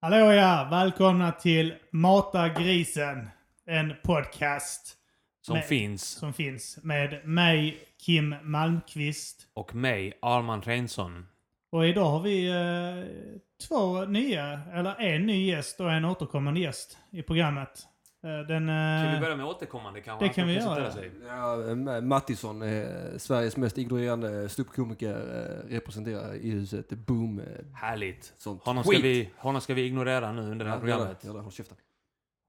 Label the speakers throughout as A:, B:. A: Hallå ja! Välkomna till Mata grisen. En podcast
B: Som
A: Nej.
B: finns.
A: som finns med mig, Kim Malmqvist.
B: Och mig, Arman Reinsson.
A: Och idag har vi eh, två nya, eller en ny gäst och en återkommande gäst i programmet. Eh, den... eh,
B: Kan vi börja med återkommande kanske?
A: det
B: Han
A: kan vi
B: presentera
A: göra.
B: sig.
C: Ja, Ma- Mattisson, eh, Sveriges mest ignorerande ståuppkomiker, eh, representerar i huset Boom. Eh,
B: Härligt.
C: sånt
B: Honom ska,
C: skit.
B: vi, honom ska vi ignorera nu under det här
C: Ja, gör det,
B: programmet.
C: gör det, håll käften.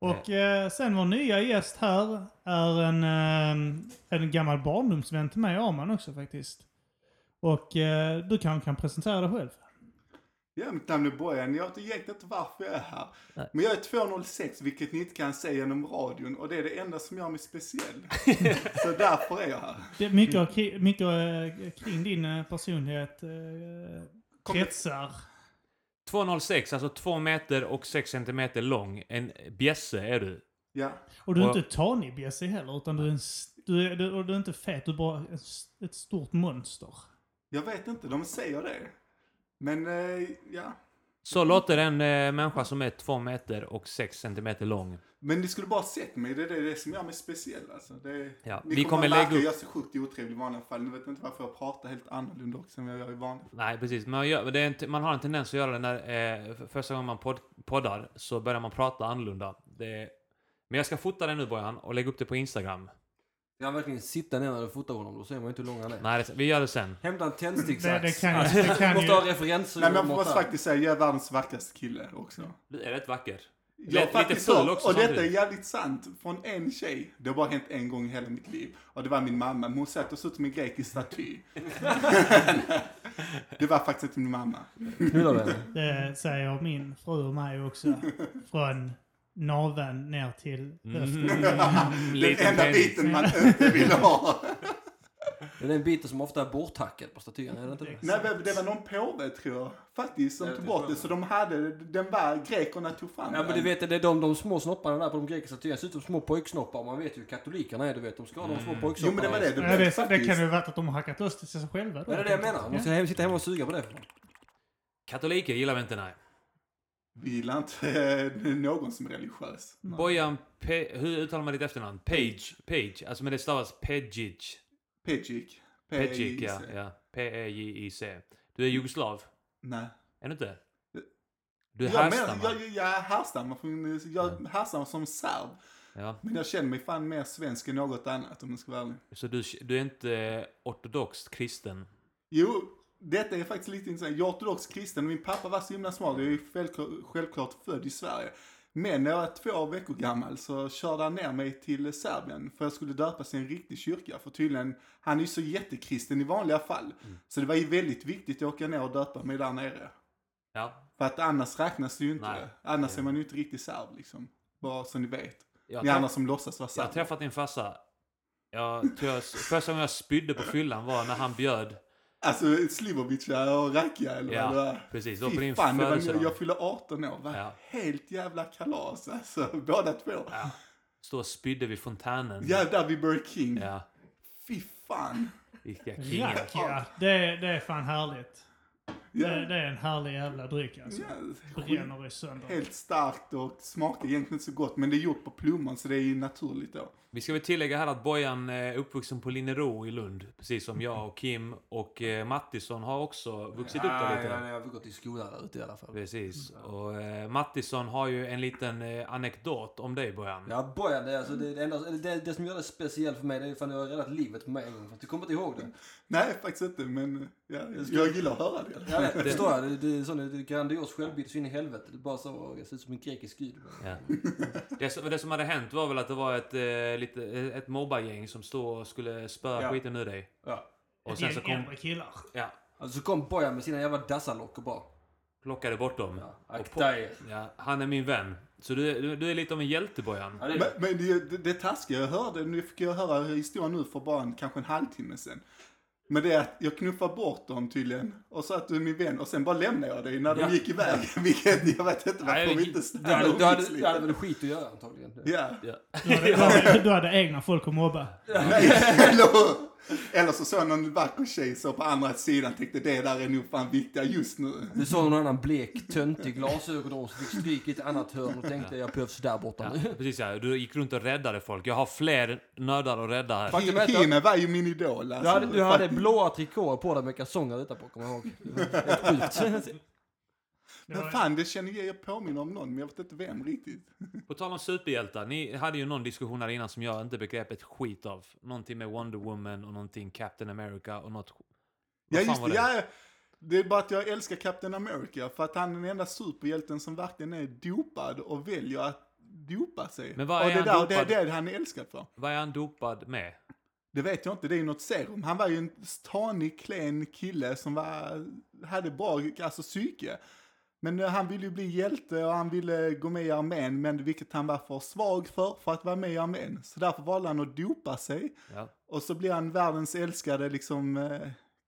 A: Och eh, sen vår nya gäst här är en, eh, en gammal barndomsvän till mig, Arman också faktiskt. Och eh, du kanske kan presentera dig själv?
D: Ja, mitt namn är Bojan. Jag vet egentligen inte varför jag är här. Men jag är 206, vilket ni inte kan säga genom radion. Och det är det enda som gör mig speciell. så därför är jag här.
A: Det, mycket, av kri- mycket eh, kring din eh, personlighet eh, kretsar.
B: 2,06, alltså 2 meter och 6 centimeter lång. En bjässe är du.
D: Ja,
A: Och du är
B: Och-
A: inte tanig-bjässe heller, utan du är, en, s- du, är, du, och du är inte fet, du är bara ett, s- ett stort monster.
D: jag vet inte, de säger det. Men, eh, ja.
B: Så låter en eh, människa som är 2 meter och 6 centimeter lång.
D: Men ni skulle bara sett mig. Det är det, det som gör mig speciell. Alltså. Det,
B: Ja,
D: ni
B: vi kommer lägga
D: märka
B: upp-
D: Jag är så sjukt otrevlig i vanliga fall. Ni vet inte varför jag pratar helt annorlunda också än vad jag gör i vanliga fall.
B: Nej, precis. Man, gör, det är en, t- man har en tendens att göra det när... Eh, f- första gången man pod, poddar så börjar man prata annorlunda. Det är, men jag ska fota det nu Bojan och lägga upp det på Instagram.
C: Jag verkligen sitta ner när du fotar honom, då ser man ju inte hur lång han är.
B: Nej, det, vi gör det sen.
C: Hämta en
A: Det,
C: tändsticksax. Alltså,
A: det kan, ju- det
C: Du
A: kan
C: måste
A: ju...
C: ha referenser.
D: Nej, men jag
C: och
D: måste
C: måtta.
D: faktiskt säga, jag är världens vackraste kille också.
B: Du är rätt vacker.
D: Jag
B: Lite-
D: faktiskt
B: lite ful
D: har-
B: också
D: Och detta är
B: samtidigt.
D: jävligt sant. Från en tjej. Det har bara hänt en gång i hela mitt liv. Och det var min mamma. Men hon sa att jag såg ut som en grekisk staty. det var faktiskt inte min mamma.
B: Mm,
C: Knullar du henne?
A: Det säger min fru och mig också. Från naveln ner till
C: Mm.
A: höften.
D: Den
B: Liten
D: enda
B: penis.
D: biten man inte ville ha.
C: Det är den biten som ofta är borttackad på statyn, är det inte det?
D: Nej, men det var någon påve tror jag. Faktiskt som
C: Jag
D: tog
C: vet
D: bort
C: inte.
D: det. Så de hade, den var, grekerna tog fram
C: Ja men du
D: den.
C: vet, det är de, de små snopparna där på de grekiska statyerna ser ut som små pojksnoppar. Man vet ju hur katolikerna är, du vet. De ska ha de små pojksnopparna.
D: Mm. Jo men det var det.
A: Ja, det, det
D: faktiskt.
A: kan ju ha varit att de har hackat loss till sig själva då.
C: Ja, det är det jag menar. De ska hem, sitta hemma och suga på det. för fan.
B: Katoliker gillar vi inte, nej.
D: Vi gillar inte eh, någon som är religiös.
B: Bojan, Pe- hur uttalar man ditt efternamn? Page. Page. Alltså men det stavas Pejic.
D: Pejik.
B: Pejic,
D: P-E-J-I-C.
B: ja. ja. E P-E-J-I-C. Du är jugoslav.
D: Nej.
B: Är du inte? Du är
D: Jag, menar,
B: härstammar.
D: jag, jag härstammar från, jag härstammar som serb.
B: Ja.
D: Men jag känner mig fan mer svensk än något annat om jag ska vara ärlig.
B: Så du, du är inte ortodoxt kristen?
D: Jo, detta är faktiskt lite intressant. Jag är ortodox kristen och min pappa var så himla smart. Jag är ju självklart, självklart född i Sverige. Men när jag var två veckor gammal så körde han ner mig till Serbien för jag skulle döpas i en riktig kyrka. För tydligen, han är ju så jättekristen i vanliga fall.
B: Mm.
D: Så det var ju väldigt viktigt att åka ner och döpa mig där nere.
B: Ja.
D: För att annars räknas det ju inte.
B: Nej.
D: Annars är man ju inte riktigt serb liksom. Bara så ni vet.
B: Jag,
D: Ni
B: träff-
D: andra som låtsas vara
B: jag har
D: serber.
B: träffat din farsa. Jag, tror jag, första gången jag spydde på fyllan var när han bjöd.
D: Alltså Slivovic ja, och Rakia eller vad det
B: Ja,
D: var.
B: precis. Det var på
D: Fy
B: din
D: fan, det var,
B: födelsedag.
D: jag fyller 18 år. Var
B: Ja.
D: Helt jävla kalas alltså, båda två. Ja,
B: Stod och spydde vid fontänen.
D: Jävlar vid Burger King.
B: Ja.
D: Fy fan.
B: Vilka kingar.
A: Rakia, det, det är fan härligt.
D: Ja,
A: Det, det är en härlig jävla dryck alltså.
D: ja, skit-
A: Bränner i sönder.
D: Helt starkt och smakar egentligen inte så gott men det är gjort på plommon så det är ju naturligt då.
B: Vi ska väl tillägga här att Bojan är uppvuxen på Linnero i Lund. Precis som jag och Kim och eh, Mattisson har också vuxit upp där
C: Ja,
B: lite.
C: ja, ja, Jag har gått i skolan där ute i alla fall.
B: Precis. Och eh, Mattisson har ju en liten eh, anekdot om dig Bojan.
C: Ja, Bojan, det, är alltså, det, det, enda, eller det, det som gör det speciellt för mig det är fan att du har räddat livet på mig en gång. Fast du kommer inte ihåg det.
D: Nej, faktiskt inte men ja, jag gillar att höra det.
C: Ja, det förstår jag. Det, det är sån det är grandios självbild så in i helvete. Det är bara så, jag ser ut som en grekisk gud.
B: Ja. Det, som- det som hade hänt var väl att det var ett, eh, lite, ett mobbargäng som stod och skulle spöa
C: Ja.
B: skiten ur dig.
C: Ja.
B: Och
A: Ett
B: sen så
A: gäng
B: kom...
A: äldre killar.
B: Ja,
C: Alltså så kom Bojan med sina jävla dassalock och bara...
B: plockade bort dem.
C: Ja,
B: Och på-
C: akta er.
B: Ja, han är min vän. Så du, du, du är lite av en hjälte Bojan.
C: Ja, det är
D: Men,
C: det.
D: men det, det, det taskiga jag hörde, nu fick jag höra historien nu för bara en, kanske en halvtimme sen. Men det är att jag knuffade bort dem tydligen och sa att du är min vän och sen bara lämnade jag dig när de
C: Ja.
D: gick iväg. Vilket jag vet inte
B: Nej,
D: varför vi
B: det-
D: inte
C: Du hade,
D: stannade
C: du, hade,
D: umgicks
C: du hade
D: lite.
C: väl skit att göra antagligen.
D: Ja,
B: Ja.
A: Du hade, du hade, du hade egna folk att mobba.
D: eller hur? Eller så såg jag någon vacker tjej så på andra sidan tänkte det där är nog fan viktiga just nu.
C: Du såg någon annan blek, töntig glasögonom som fick stryk i ett annat hörn och tänkte jag behövs där borta
B: Ja,
C: nu.
B: precis ja. Du gick runt och räddade folk. Jag har fler nördar att rädda här.
C: Fuck. Faktum är att-
D: Hime var ju min idol
C: Du
D: alltså.
C: hade, du hade blåa trikåer på dig med kalsonger utanpå, kommer jag ihåg. Helt sjukt.
A: Det
D: Men
A: var,
D: fan, det känner jag, jag påminner om någon, men jag vet inte vem riktigt.
B: På tal om superhjältar. Ni hade ju någon diskussion här innan som jag inte begrep ett skit av. Någonting med Wonder Woman och någonting Captain America och något...
D: Ja,
B: Vad fan
D: just
B: var
D: det. Ja, det är bara att jag älskar Captain America, för att han är den enda superhjälten som verkligen är dopad och väljer att dopa sig.
B: Men vad
D: och
B: är
D: det,
B: han
D: där, det är
B: dopad?
D: det han är älskad för.
B: Vad är han dopad med?
D: Det vet jag inte, det är ju något serum. Han var ju en tanig, klen kille som var, hade bra alltså, psyke. Men eh, han ville ju bli hjälte och han ville gå med i armén, men vilket han var för svag för, för att vara med i armén. Så därför valde han att dopa sig.
B: Ja.
D: Och så blir han världens älskade liksom eh,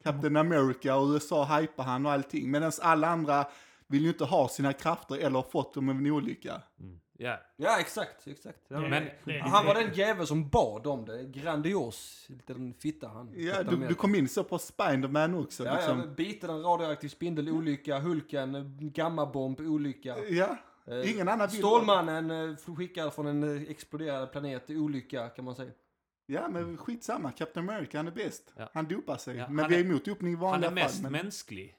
D: Captain America och USA hypar han och allting. Medan alla andra vill ju inte ha sina krafter eller har fått dem av en olycka.
B: Mm. Ja.
C: Ja, exakt. exakt. Ja.
A: det,
B: Men-
A: det,
C: Han var den jävel som bad om det. Grandios liten fitta han.
D: Ja, du, du kom in så på Spiderman också.
C: Ja, ja,
D: liksom.
C: men biten en radioaktiv spindel, olycka, Hulken, gammabomb, olycka.
D: ja.
C: Eh,
D: Ingen annan bild.
C: Stålmannen eh, skickad från en eh, exploderad planet, olycka kan man säga.
D: Ja, men skitsamma. Captain America, han är bäst.
B: Ja.
D: Han dopar sig.
B: Ja,
D: men
B: han
D: vi
B: är-
D: är emot dopning i
B: Han
D: vanliga
B: är mest
D: fall. Men...
B: mänsklig.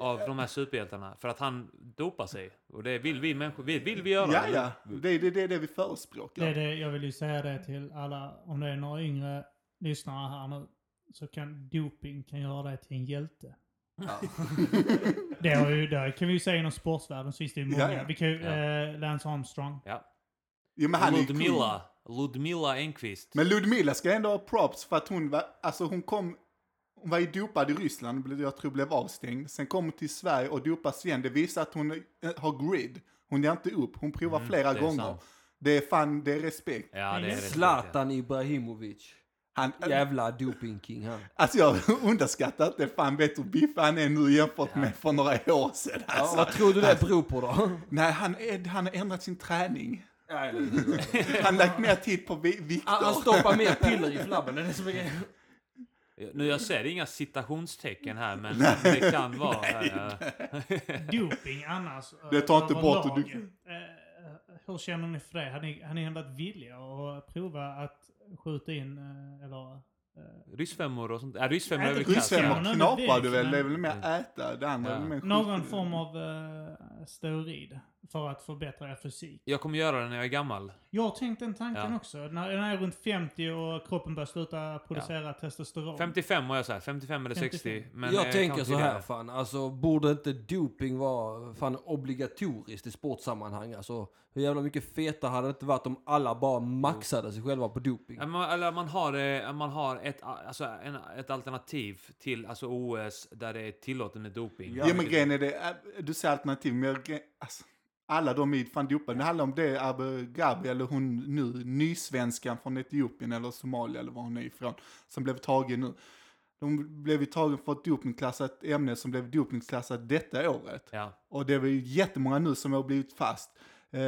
B: Av de här superhjältarna. För att han dopar sig. Och det vill vi människor. Vill, vill vi göra.
D: Ja,
B: eller?
D: ja. Det är det, det, är det vi förespråkar.
A: det, är det, jag vill ju säga det till alla, om det är några yngre lyssnare här nu, så kan doping kan göra dig till en hjälte. Det, har ju, det kan vi ju säga inom sportsvärlden, så finns det ju många.
D: Ja, ja.
A: Vi kan ju,
B: Ja.
A: eh, Lance Armstrong.
B: ja.
D: Jo, men han är ju kung.
B: Ludmilla. Ludmilla Engqvist.
D: Men Ludmilla ska ändå ha props för att hon var, alltså hon kom, hon var ju dopad i Ryssland, blev- jag tror blev avstängd. Sen kom hon till Sverige och dopas igen. Det visar att hon eh, har grid. Hon ger inte upp, hon provar flera
B: Mm, det är
D: gånger.
B: sant.
D: Det är fan, det är respekt.
B: Ja, det är rätt.
C: Zlatan Ibrahimovic.
D: Han,
C: Jävla dopingking han.
D: alltså jag underskattar inte fan vet du hur biffig han är nu jämfört med för några år sedan.
C: Ja,
D: Alltså.
C: vad tror du
B: Äh.
C: det beror på då?
D: Nej, han, är, han har ändrat sin träning. Han har lagt mer tid på vi-
A: Ah,
C: Han han
A: alltså,
D: vikter.
C: stoppar mer piller i flabben, det är det som är grejen.
B: Nu jag ser inga citationstecken här, men det kan vara... eh,
A: Doping annars. eh,
D: Det tar inte
A: överlag.
D: bort och du-
A: Eh, hur känner ni för det? Har ni, har ni ändå varit villiga att prova att skjuta in, eh, eller?
B: Ryssfemmor och sånt. Ja, ryssfemmor är väl
A: Inte
B: klass, ja.
A: ryssfemmor.
D: Ryssfemmor
A: men
D: knapar du
A: det-
D: väl? Det är väl mer äta, det andra är
B: Ja.
D: väl mer
A: Någon
D: sjukdom.
A: form av eh, steroid för att förbättra er fysik.
B: Jag kommer göra det när jag är gammal.
A: Jag har tänkt den tanken
B: Ja.
A: också. När när jag är runt 50 och kroppen börjar sluta producera testosteron.
B: 55 var jag så här. 55 eller 60. Men
C: jag
B: eh,
C: tänker
B: kanske
C: så här
B: tidigare.
C: fan, alltså borde inte doping vara fan obligatoriskt i sportsammanhang? Alltså hur jävla mycket feta hade det inte varit om alla bara maxade sig själva på doping?
B: Ja, men- Eller man har, eh, man har ett, alltså, en, ett alternativ till alltså, OS där det är tillåtet med doping.
D: Ja, men grejen är det, äh, du säger alternativ, men jag, gre- alltså, alla de är fan dopade. Det handlar om det Abu Gabi, eller hon nu, nysvenskan från Etiopien eller Somalia eller var hon är ifrån, som blev tagen nu. De blev ju tagen för ett dopningsklassat ämne som blev dopningsklassat detta året.
B: Ja.
D: Och det är väl jättemånga nu som har blivit fast. Eh,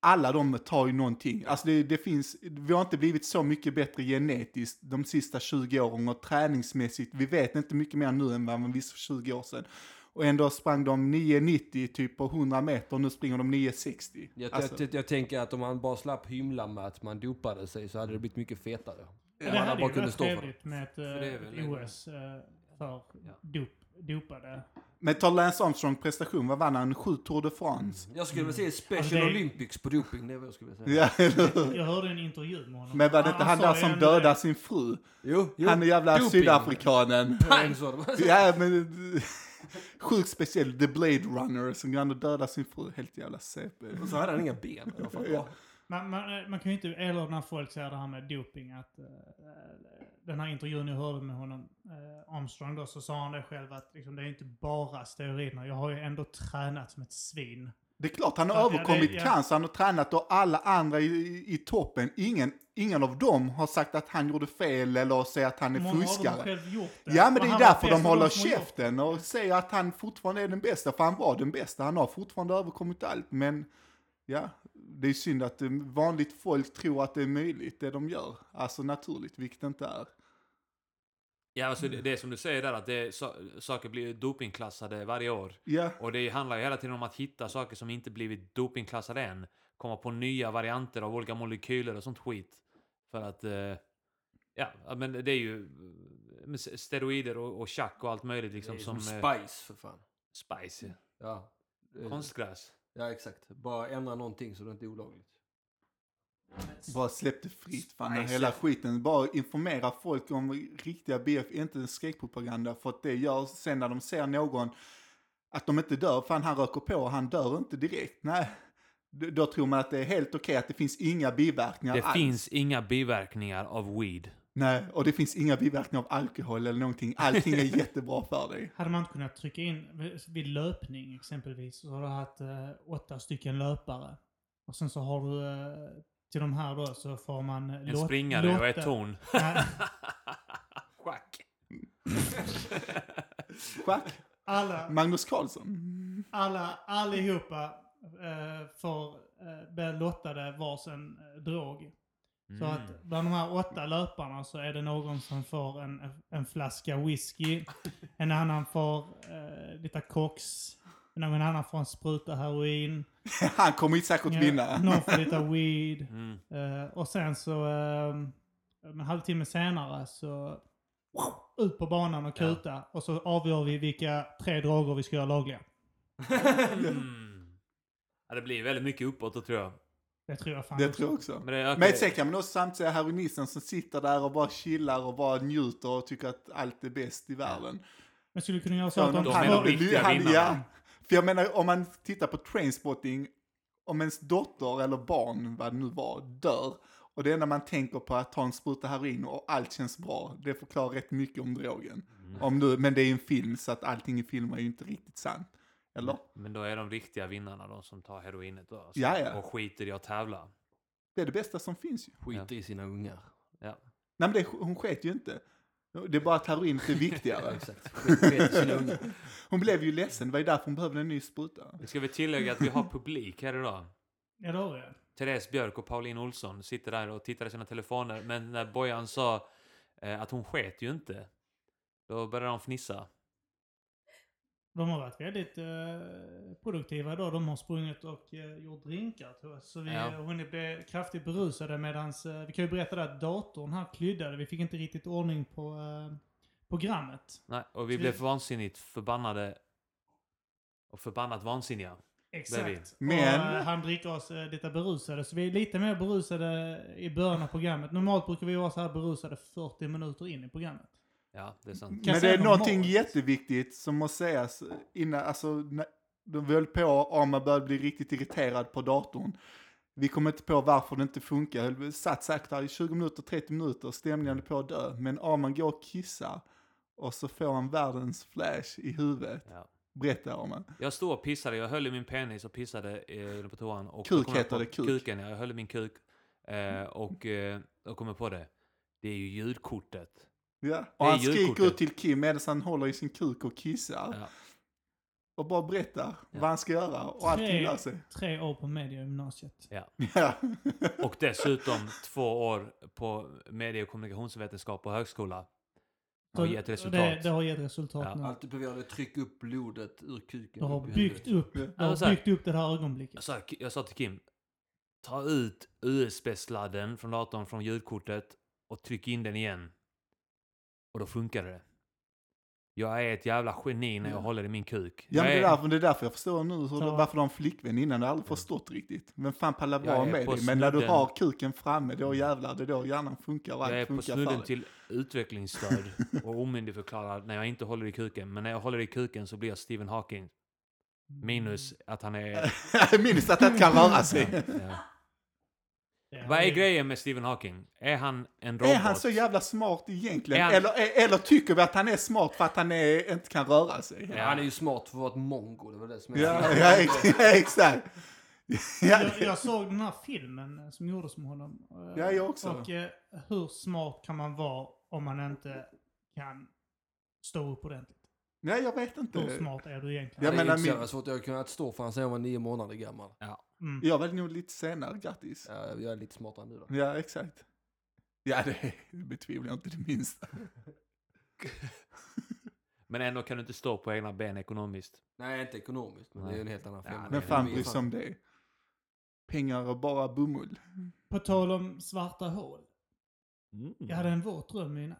D: alla de tar ju någonting. Alltså det, det finns, vi har inte blivit så mycket bättre genetiskt de sista 20 åren och träningsmässigt. Vi vet inte mycket mer nu än vad man visste för 20 år sedan. Och ändå sprang de 9,90 typ på 100 meter och nu springer de 9,60.
C: Jag,
D: Alltså,
C: jag, jag tänker att om man bara slapp hymla med att man dopade sig så hade det blivit mycket fetare.
A: det
C: Om alla
A: hade
C: bara
A: ju
C: kunde
A: varit
C: stå för det.
A: trevligt med ett
B: det är
A: eh,
B: väl en-
A: OS eh, för dop, dopade.
D: men ta Lance Armstrong prestation, vad vann han? Sju Tour de France?
C: Jag skulle vilja se Special
A: Alltså, det är-
C: Olympics på doping, det är vad jag skulle vilja säga.
D: Ja, eller hur?
A: Jag hörde en intervju med honom.
D: Men var det inte han
A: sa eh,
D: där
A: ju
D: som
A: ändå
D: dödade
A: det.
D: sin fru?
C: Jo, jo.
D: Han är jävla
C: Doping.
D: sydafrikanen.
C: Det var en sådan.
D: Ja, men... Sjukt speciell. The Blade Runner som går och dödar sin fru. Helt jävla CP.
C: Och så hade han inga ben. Vad fan.
D: Ja.
A: Man, man, man kan ju inte, eller när folk säger det här med doping, att eh, den här intervjun jag hörde med honom, eh, Armstrong då, så sa han det själv att liksom, det är inte bara steroiderna. Jag har ju ändå tränat som ett svin.
D: Det är klart, han har
A: Ja, det-
D: överkommit
A: ja.
D: cancer, han har tränat och alla andra i, i toppen, ingen, ingen av dem har sagt att han gjorde fel eller säger att han är
A: Många av dem har
D: fuskare.
A: själv gjort det.
D: Ja, men
A: Och
D: det är
A: han var
D: därför
A: bäst
D: de
A: av
D: håller
A: som har gjort det.
D: käften och säger att han fortfarande är den bästa, för han var den bästa, han har fortfarande överkommit allt, men ja, det är synd att eh, vanligt folk tror att det är möjligt, det de gör. Alltså naturligt, vilket det inte är.
B: Ja, alltså det, det är som du säger där att det, är sa- saker blir dopingklassade varje år.
D: Ja,
B: Och det handlar ju hela tiden om att hitta saker som inte blivit dopingklassade än. Komma på nya varianter av olika molekyler och sånt skit. För att... Eh, ja, ja, men det är ju... eh, men s- Steroider och, och tjack och allt möjligt liksom
C: det är
B: som...
C: som,
B: eh,
C: spice för fan.
B: spice. ja.
C: Ja. Eh,
B: Konstgräs.
C: ja, exakt. Bara ändra någonting så det inte är olagligt.
D: bara släpp det fritt fan,
B: Spice.
D: hela skiten. Bara informera folk om riktiga BF, inte en skräckpropaganda. För att det gör sen när de ser någon, att de inte dör. Fan han röker på, han dör inte direkt. Nej, då, då tror man att det är helt okej att det finns inga biverkningar
B: Det
D: alls.
B: finns inga biverkningar av weed.
D: Nej, och det finns inga biverkningar av alkohol eller någonting. Allting är jättebra för dig.
A: Hade man inte kunnat trycka in vid- vid löpning exempelvis, så har du haft eh, åtta stycken löpare. Och sen så har du eh, till de här då så får man eh,
B: En springare och ett torn. Schack.
D: Schack,
A: Alla,
D: Magnus Carlsson.
A: alla, allihopa eh, får eh, bli lottade varsin eh, drog. Så
B: Mm.
A: att bland de här åtta löparna så är det någon som får en, en flaska whisky, en annan får eh, lite koks, någon annan får en spruta heroin,
D: Han kommer ju säkert vinna.
A: eh, någon får lite weed.
B: Mm.
A: Eh, och sen så eh, en halvtimme senare så ut på banan och kuta och så avgör vi vilka tre droger vi ska göra lagliga.
B: Mm. Ja, det blir väldigt mycket uppåt då, tror jag.
A: Det tror jag fan.
D: Det tror jag också.
B: Men, det,
D: Men sen kan man också samtidigt säga heroinisten som sitter där och bara chillar och bara njuter och tycker att allt är bäst i världen.
A: Men skulle kunna göra så
D: Ja,
A: att de
D: men
B: de
D: han-
B: är de
A: två...
B: riktiga
D: han-
B: vinnarna.
D: ja. För jag menar, om man tittar på Trainspotting, om ens dotter eller barn, vad det nu var, dör och det enda man tänker på är att ta en spruta heroin och allt känns bra, det förklarar rätt mycket om drogen.
B: Mm.
D: Om du, men det är ju en film, så att allting i film är ju inte riktigt sant. Eller?
B: Men då är de riktiga vinnarna, de som tar heroinet då, alltså,
D: Ja, ja.
B: och skiter i att tävla.
D: Det är det bästa som finns ju.
C: Skiter i sina ungar.
B: Ja.
D: Nej men det, hon sket ju inte. Det är bara att heroinet är
C: Ja,
D: viktigare.
C: exakt. Skiter i sina ungar.
D: Hon blev ju ledsen, det var ju därför hon behövde en ny spruta.
B: Ska vi tillägga att vi har publik här idag?
A: Ja, det har vi.
B: Therese Björk och Pauline Olsson sitter där och tittar i sina telefoner, men när Bojan sa eh, att hon sket ju inte, då började de fnissa.
A: De har varit väldigt eh, produktiva idag. De har sprungit och eh, gjort drinkar tror jag. Så vi
B: Ja.
A: har hunnit bli kraftigt berusade medans... Eh, vi kan ju berätta det att datorn här kryddade. Vi fick inte riktigt ordning på eh, programmet.
B: Nej, och vi
A: Så
B: blev
A: vi-
B: vansinnigt förbannade och förbannat vansinniga. vi.
A: Exakt.
D: Men-
A: Och, eh, han dricker oss eh, lite berusade. Så vi är lite mer berusade i början av programmet. Normalt brukar vi vara så här berusade 40 minuter in i programmet.
B: Ja, det är sant.
A: Kan
D: Men
A: jag
D: det
A: säga
D: är
A: något
D: någonting
A: normalt?
D: jätteviktigt som måste sägas innan, alltså, när de höll på och man började bli riktigt irriterad på datorn. Vi kom inte på varför det inte funkar. Vi satt säkert där i 20 minuter, 30 minuter, stämningen höll på att dö. Men Arman går och kissar och så får han världens flash i huvudet.
B: Ja.
D: Berätta Arman.
B: Jag stod och pissade, jag höll i min penis och pissade eh, på toan. Och
D: Kuk
B: då kom jag
D: heter
B: på
D: det, kuk.
B: Kuken, ja, jag höll i min kuk. Eh, och eh, jag kommer på det. Det är ju ljudkortet.
D: Ja. Och han skriker
B: julkortet.
D: ut till Kim medan han håller i sin kuk och kissar.
B: Ja.
D: Och bara berättar
B: Ja.
D: vad han ska göra och allting
A: Tre-
D: löser sig.
A: Tre år på media i gymnasiet.
D: Ja.
B: Och dessutom två år på medie och kommunikationsvetenskap på högskola. Har
A: Så
B: gett resultat.
A: Det, det har gett resultat
B: Ja.
A: nu.
C: Allt du behöver göra är att trycka upp blodet ur kuken.
A: Du har
C: upp i
A: byggt
C: huvudet.
A: upp, du
B: men så
A: har
B: här-
A: byggt upp det här
B: Jag
A: ögonblicket.
B: sa, jag sa till Kim, ta ut USB-sladden från datorn från ljudkortet och tryck in den igen. Och då funkade det. Jag är ett jävla geni när jag
D: Ja.
B: håller i min kuk.
D: Ja, men
B: jag är,
D: det, är därför, det är därför jag förstår nu hur,
A: Ta-
D: varför du har en flickvän innan. Jag har aldrig förstått riktigt. Men fan pallar
B: Jag
D: bra
B: är
D: med
B: på
D: dig. Men när du
B: snudden.
D: har kuken framme, då jävlar, det är då hjärnan funkar och
B: jag är
D: allt
B: på
D: funkar för
B: snudden
D: dig.
B: till utvecklingsstörd och omyndigförklarad när jag inte håller i kuken. Men när jag håller i kuken så blir jag Stephen Hawking. Minus att han är...
D: Minns att Mm. det inte kan röra sig.
B: ja.
A: Det
B: Alltså, Vad
A: har
B: är
A: vi-
B: grejen med Stephen Hawking? Är han en robot?
D: Är han så jävla smart egentligen?
B: Är han-
D: Eller, eh, eller tycker vi att han är smart för att han är, inte kan röra sig?
B: Ja.
D: Ja,
C: Ja, han är ju smart för att vara ett mongo. Det var det som
D: ja, ex- ja exakt. Ja,
A: Jag, jag såg den här filmen som gjordes med honom. eh,
D: Ja, jag också.
A: Och eh, hur smart kan man vara om man inte kan stå upp ordentligt?
D: nej, jag vet
A: Hur
D: inte.
A: smart är du egentligen?
D: Jag
C: Jag
D: menar
C: menar, det är
D: min-
C: min... svårt. Jag har kunnat stå för han sen jag var nio månader gammal.
A: Mm.
D: Jag var nog lite senare, grattis.
C: Ja, jag är lite smartare än du då.
D: Ja, exakt. Ja, det betvivlar jag inte det minsta.
B: Men ändå kan du inte stå på egna ben ekonomiskt.
C: Nej, inte ekonomiskt, men det är ju en helt annan
B: Ja,
C: femma.
B: det är
D: Men fan liksom- bryr sig om det? Pengar och bara bomull.
A: På tal om svarta hål. Jag hade en våt dröm i natt.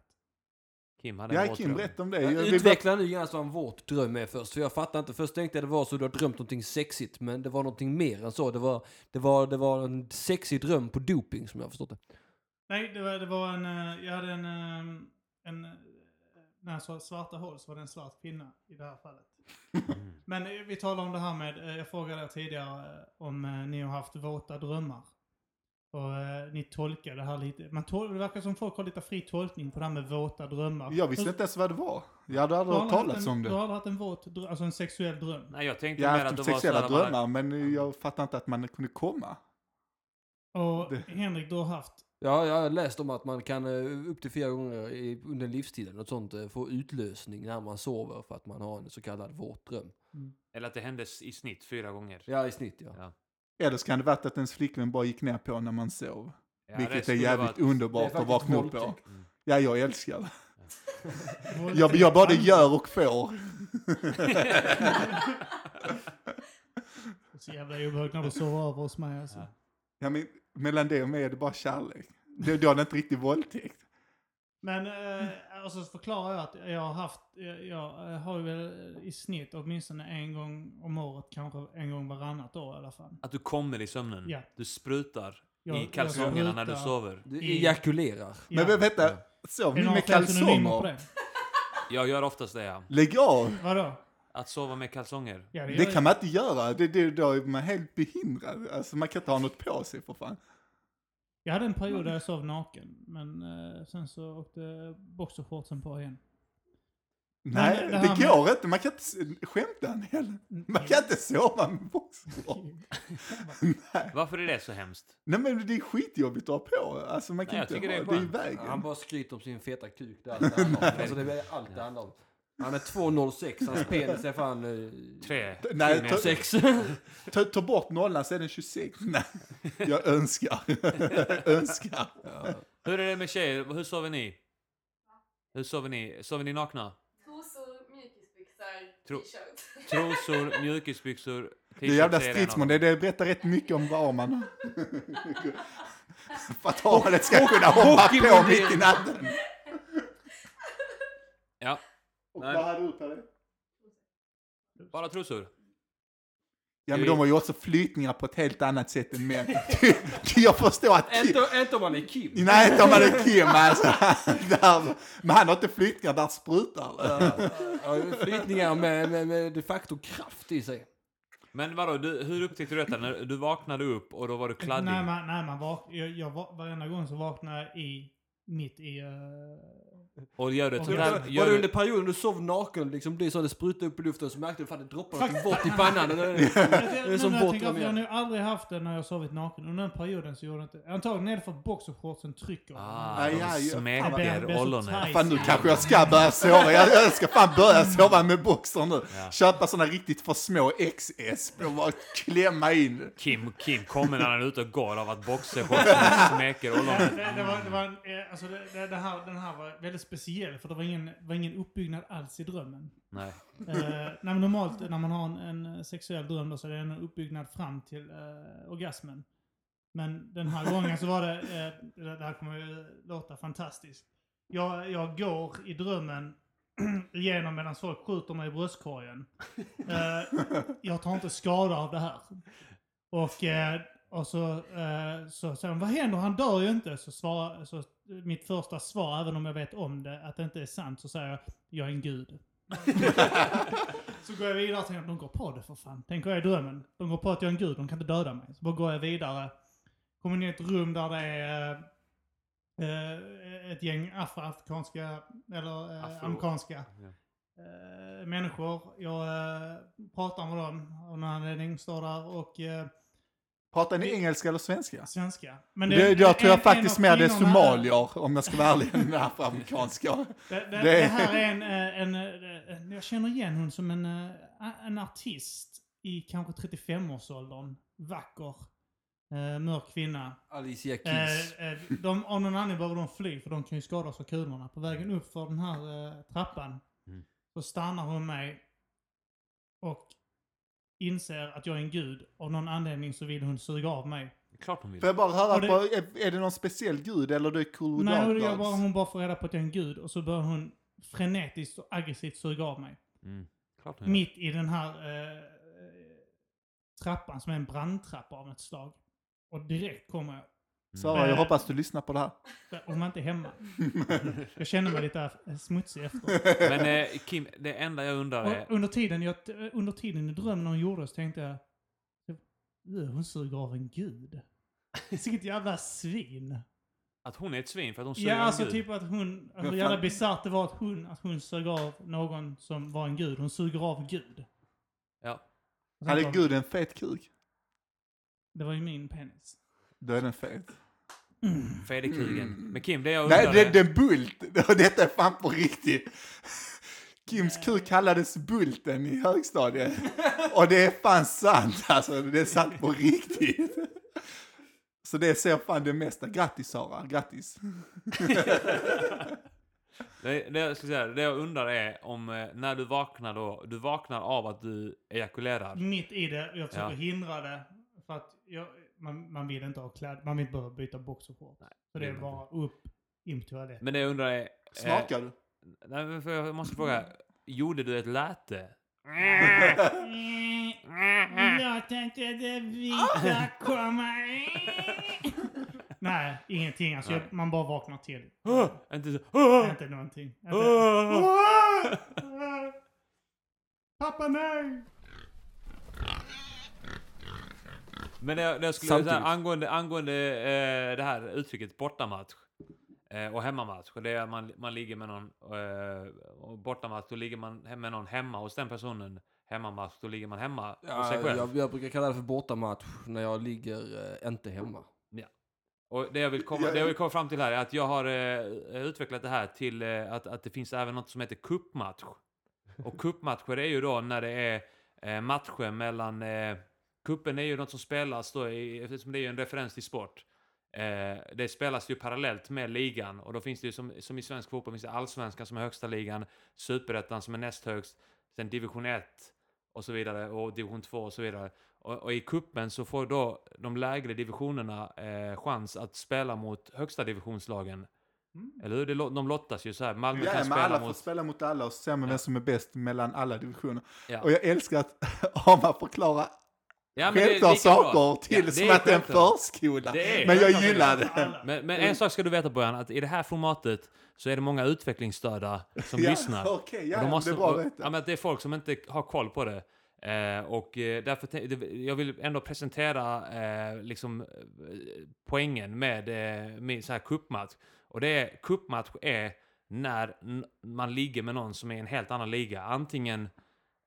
B: Kim hade en
D: Ja,
B: våt
D: Kim,
B: dröm.
D: berätta om det.
C: Ja,
D: Jag- vi-
C: Utveckla nu gärna vad en våt dröm är först, för jag fattar inte. Först tänkte jag det var så du har drömt någonting sexigt, men det var någonting mer än så. Det var, det var, det var en sexig dröm på doping som jag har förstått det.
A: Nej, det var, det var en... eh, Jag hade en... ehm, en eh, när jag sa svarta hål så var det en svart kvinna i det här fallet.
B: Mm.
A: Men eh, vi talar om det här med... eh, Jag frågade er tidigare eh, om eh, ni har haft våta drömmar. Och eh, ni tolkar det här lite. Man tol- det verkar som folk har lite fri tolkning på det här med våta drömmar.
D: Jag visste
A: Hur-
D: inte ens vad det var. Jag hade
A: du har
D: aldrig hört
A: aldrig haft
D: talas
A: en-
D: om
A: Du har
D: det.
A: aldrig haft en våt dröm, alltså en sexuell dröm?
B: Nej, jag tänkte
D: Jag har
B: mer att det
D: haft
B: var så
D: sexuella
B: här bara...
D: drömmar, men jag fattar inte att man kunde komma.
A: Och
D: Det-
A: Henrik, du har haft
C: Ja, jag har läst om att man kan eh, upp till fyra gånger i, under livstiden något sånt, eh, få utlösning när man sover för att man har en så kallad våt dröm.
B: Eller att det hände s- i snitt fyra gånger.
C: Ja, i snitt ja.
D: Eller så kan det varit att ens flickvän bara gick ner på när man sov.
B: Ja,
D: vilket är
B: skulle
D: jävligt
B: vara-
C: Det är
D: underbart att
C: faktiskt
D: vakna upp på.
C: våldtäkt.
B: Mm.
D: Ja, jag älskar det.
A: våld-
D: Jag, jag både
A: Mm.
D: gör och får.
A: Så jävla obehagligt när du sover över hos mig alltså.
B: Ja.
D: Ja, men mellan det och mig är det bara kärlek. Då, då är det inte riktigt våldtäkt.
A: Men
D: Mm.
A: eh, och så förklarar jag att jag har haft, jag, jag eh, har ju väl i snitt åtminstone en gång om året, kanske en gång varannat år i alla fall.
B: Att du kommer i sömnen.
A: Ja.
B: Du sprutar
A: Jag-
B: i kalsongerna när du
A: sprutar.
B: sover.
C: Du
A: I-
C: ejakulerar.
D: Men vä- vänta,
C: Ja.
D: sov
A: Är det
D: ni
A: några
D: med
A: fler synonymer på
D: kalsonger?
A: det?
B: Jag gör oftast det, ja.
D: Lägg av!
A: Vadå?
B: Att sova med kalsonger.
A: Ja,
D: Det
A: gör
D: kan man inte göra. Det, det, då är man helt behindrad. Alltså, man kan inte ha något på sig för fan.
A: Jag hade en period där jag sov naken, men eh, sen så åkte boxershortsen på igen.
D: Nej,
A: men det
D: det,
A: här med-
D: går inte. Man kan inte... s- Skämta Daniel. Man kan inte sova med boxershorts. Nej.
B: Varför är det så hemskt?
D: Nej, men det är skitjobbigt att ha på. Alltså, man kan
B: Nej, jag
D: inte
B: tycker det
D: ha...
B: är
D: Det är i
B: skönt.
D: vägen.
C: Han bara skryter om sin feta kuk. Det är allt det handlar om. Alltså, det är allt det handlar om. Han är 2,06, hans penis är fan... Eh,
B: Tre.
D: Nej,
B: Tre
D: ta-
B: meter.
C: 6.
D: Ta, ta bort nollan så är den 26. Nej, jag önskar. önskar.
B: Hur är det med tjejer? Hur sover ni? Hur sover ni? Sover ni nakna?
E: Trosor, mjukisbyxor,
B: Tro-
E: t-shirt.
B: Trosor, mjukisbyxor,
D: Det är jävla
B: t-shirt, säger en av
D: stridsman. Det,
B: dem.
D: det berättar rätt mycket om vad man har. För att hålet ska kunna hoppa på mitt i natten.
B: Ja,
D: Och
B: Nej.
D: hade du på dig?
B: bara trosor.
D: Ja, men de har ju också flytningar på ett helt annat sätt än män. jag förstår att... Kim-
C: Inte- Inte om han är Kim.
D: Nej, inte om man är Kim alltså. Där, men han har inte flytningar, där sprutar det.
C: Ja, Flytningar med, med, med de facto kraft i sig.
B: Men vadå, du, hur upptäckte du detta? När du vaknade upp och då var du
A: Nej,
B: kladdig?
A: man, nej, man vak- jag, jag, va- varenda gång så vaknar jag i, mitt i... eh,
B: Och gör du ett
A: Och
B: sånt
A: då-
B: där...
C: var
B: Gör
C: det under
B: du,
C: perioden du sov naken liksom blev så det sprutade upp i luften så märkte du fan det droppade något vått i pannan. Det är-
A: Jag,
C: Det är som
A: jag, tänker
C: Bottom
A: att jag har
C: igen.
A: nu aldrig haft det när jag sovit naken. Under den perioden så gjorde jag inte... Antagligen är det för boxershortsen trycker. Mm.
B: ah,
D: Aj,
B: de
D: aj,
A: Det blir-
B: smeker
A: det blir så
B: ollonet.
A: tight.
D: Fan nu kanske jag ska börja sova. Jag, jag ska fan börja sova med boxer nu.
B: Ja.
D: Köpa såna riktigt för små XS. Och bara klämma in.
B: Kim, Kim kommer när han är ute och går av att boxershortsen smeker
A: Det,
B: ollonet.
A: det, det var, det var, en, eh, alltså det, det, det här, den här var väldigt speciell för det var ingen, var ingen uppbyggnad alls i drömmen.
B: Nej.
A: Eh, nej, men normalt när man har en, en sexuell dröm då, så är det en uppbyggnad fram till eh, orgasmen. Men den här gången så var det, eh, det det här kommer ju låta fantastiskt. Jag, jag går i drömmen igenom medan folk skjuter mig i bröstkorgen. Eh, jag tar inte skada av det här. Och, eh, och så, eh, så säger de, vad händer? Han dör ju inte. Så, svar, så mitt första svar, även om jag vet om det, att det inte är sant, så säger jag, jag är en gud. så går jag vidare och tänker, de går på det för fan. Tänker jag i drömmen. De går på att jag är en gud, de kan inte döda mig. Så bara går jag vidare. Kommer in i ett rum där det är eh, eh, ett gäng afroafrikanska, eller eh,
B: Afro.
A: amerikanska
B: Ja.
A: eh, människor. Jag eh, pratar med dem av någon anledning, står där och eh,
D: Pratar ni engelska eller svenska?
A: Alltså, svenska. Men
D: Det, jag tror
A: en-
D: jag faktiskt
A: en av
D: mer det är
A: kvinnorna
D: somalier, om jag ska vara ärlig, än afroamerikanska.
A: Det, det,
D: Det-
A: det här är en, eh, en, eh, en... Jag känner igen hon som en, eh, a- en artist. i kanske 35-årsåldern, vacker, eh, mörk kvinna.
C: Alicia Keys.
A: Eh, eh, de, av någon anledning behöver de fly för de kan ju skadas av kulorna. På vägen upp för den här eh, trappan
B: Mm.
A: så stannar hon mig och inser att jag är en gud. Av någon anledning så vill hon suga av mig.
B: Det är klart hon
D: Får
B: vill.
D: jag bara höra,
A: Och det-
D: på, är, är det någon speciell gud eller det är cool with
A: Nej,
D: Dark
A: och det gör bara,
D: Gods?
A: hon bara får reda på att jag är en gud och så börjar hon frenetiskt och aggressivt suga av mig.
B: Mm. Klart hon vill.
A: Mitt i den här eh, trappan som är en brandtrappa av ett slag. Och direkt kommer jag,
D: Sara, jag
A: Eh.
D: hoppas du lyssnar på det här.
A: om man inte är hemma. jag känner mig lite eh, smutsig efter.
B: Men eh, Kim, det enda jag undrar är...
A: Och under tiden, jag, under tiden i drömmen hon gjorde så tänkte jag, "Ö, hon suger av en gud. Vilket jävla svin.
B: Att hon är ett svin för att hon suger
A: Ja,
B: av
A: alltså
B: Gud.
A: typ att hon, att
D: Men
A: hur jävla
D: fan-
A: bisarrt det var att hon, att hon sög av någon som var en gud. Hon suger av gud.
B: Ja.
A: Och sen
D: Hade
A: kom-
D: gud en fet kuk?
A: Det var ju min penis.
D: Då är den fet.
B: Fäderkrigen. Men Kim, det jag
D: Mm. Nej,
B: undrar
D: det, det är Bult! Detta är fan på riktigt. Kims kuk kallades Bulten i högstadiet. Och det är fan sant alltså. Det är sant på riktigt. Så det ser fan det mesta. Grattis Sara, grattis.
B: Eh, Det, det, jag skulle säga, det jag undrar är om eh, när du vaknar då, du vaknar av att du ejakulerar.
A: Mitt i det, jag försöker
B: Ja.
A: hindra det. För att jag, man, man vill inte ha kläder, man vill inte behöva byta boxershorts. Så det
B: det
A: är
B: vill
A: bara upp, in på toaletten.
B: Men det jag undrar är...
D: Snarkar du?
B: Eh, nej, men för jag måste fråga. Gjorde du ett läte?
A: Jag tänkte det vita komma in. Nej, ingenting. Alltså, Jag, man bara vaknar till.
B: Inte så...
A: Inte någonting. Inte. Pappa nej!
B: Men det, jag- det jag skulle
C: Samtidigt.
B: säga angående, angående eh, det här uttrycket bortamatch eh, och hemmamatch. och Det är att man, man ligger med någon eh, och bortamatch, då ligger man he- med någon hemma hos den personen. Hemmamatch, då ligger man hemma hos sig
C: Ja,
B: själv.
C: jag, jag brukar kalla det för bortamatch när jag ligger eh, inte hemma.
B: Och det jag, vill komma,
D: Jag-
B: det jag vill komma fram till här är att jag har eh, utvecklat det här till eh, att, att det finns även något som heter kuppmatch. Och kuppmatcher är ju då när det är eh, matcher mellan... Eh, kuppen är ju något som spelas då, i, eftersom det är ju en referens till sport. Eh, det spelas ju parallellt med ligan och då finns det ju som, som i svensk fotboll finns det allsvenskan som är högsta ligan, superettan som är näst högst, sen division 1 och så vidare och division 2 och så vidare. Och, och i kuppen så får då de lägre divisionerna eh, chans att spela mot högsta divisionslagen. Eller hur? Det lo- De lottas ju så här. Malmö
D: Mm. Ja,
B: kan
D: men alla
B: spela
D: får
B: mot...
D: spela mot alla och så ser man vem som är bäst mellan alla divisioner.
B: Ja.
D: Och jag älskar att Ama förklarar
B: Ja, men det är
D: självklara
B: lika bra.
D: saker till
B: Ja,
D: som att det är en
B: självklart.
D: förskola.
B: Det är
D: Men jag
B: självklart.
D: gillar det.
A: Alla.
B: Men, men en sak ska du veta Bojan, att i det här formatet så är det många utvecklingsstörda som lyssnar.
D: Ja, Okej, ja,
B: Och de
D: men det är bra
B: och-
D: att
B: Ja,
D: veta.
B: men att det är folk som inte har koll på det. Eh, och eh, därför te- det- jag vill ändå presentera eh, liksom, eh, poängen med, eh, med så här kuppmatch. Och det är, kuppmatch är när n- man ligger med någon som är i en helt annan liga. Antingen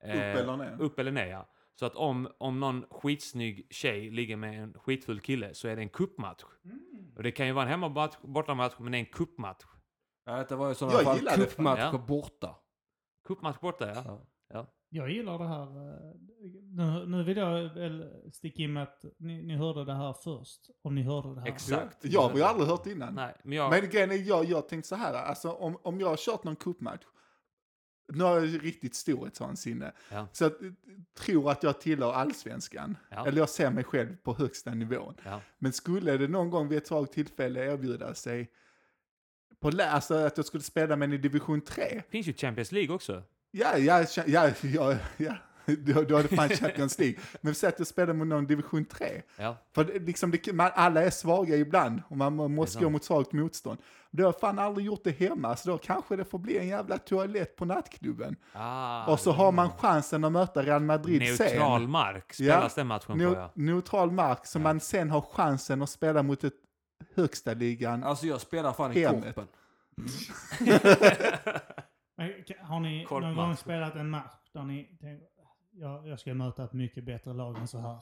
B: eh,
D: Upp eller ner.
B: upp eller ner. Ja. Så att om, om någon skitsnygg tjej ligger med en skitful kille så är det en kuppmatch.
A: Mm.
B: Och det kan ju vara en hemmamatch, bortamatch, men det är en kuppmatch.
C: Ja, detta var i sådana
D: Jag
C: fall
D: gillar det fan.
C: cupmatcher
B: Ja.
C: borta.
B: Kuppmatch borta, ja.
A: Jag gillar det här. eh, Nu, nu vill jag väl sticka in med att ni, ni hörde det här först. Om ni hörde det här.
B: Exakt.
D: Jag har ju aldrig hört det innan.
B: Nej, men jag...
D: Men grejen är, jag, jag tänkte så här, alltså om, om jag har kört någon cupmatch, nu har jag ju riktigt storhetsvansinne,
B: Ja.
D: så att, eh, tror att jag tillhör allsvenskan,
B: Ja.
D: eller jag ser mig själv på högsta nivån.
B: Ja.
D: Men skulle det någon gång vid ett svagt tillfälle erbjuda sig, på, lä- alltså att jag skulle spela med en i division 3,
B: finns ju Champions League också.
D: Ja, ja, ja, ja, ja, ja. Då, då hade fan Champions League. Men säg att jag spelar mot någon division 3.
B: Ja.
D: För det, liksom, det, man, alla är svaga ibland och man må- måste
B: sant.
D: gå mot svagt motstånd. Det har jag fan aldrig gjort det hemma, så då kanske det får bli en jävla toalett på nattklubben.
B: Ah,
D: och så har man chansen att möta Real Madrid
B: Neutral
D: sen.
B: mark spelas
D: Ja.
B: den matchen på,
D: Neu-
B: ja.
D: neutral mark, så man sen har chansen att spela mot ett högsta ligan.
C: Alltså jag spelar fan i
D: Hemmet.
C: korpen.
A: Men ka- Har ni
B: Kort
A: någon
B: match.
A: gång spelat en match där ni tänker jag, jag ska möta ett mycket bättre lag än så här.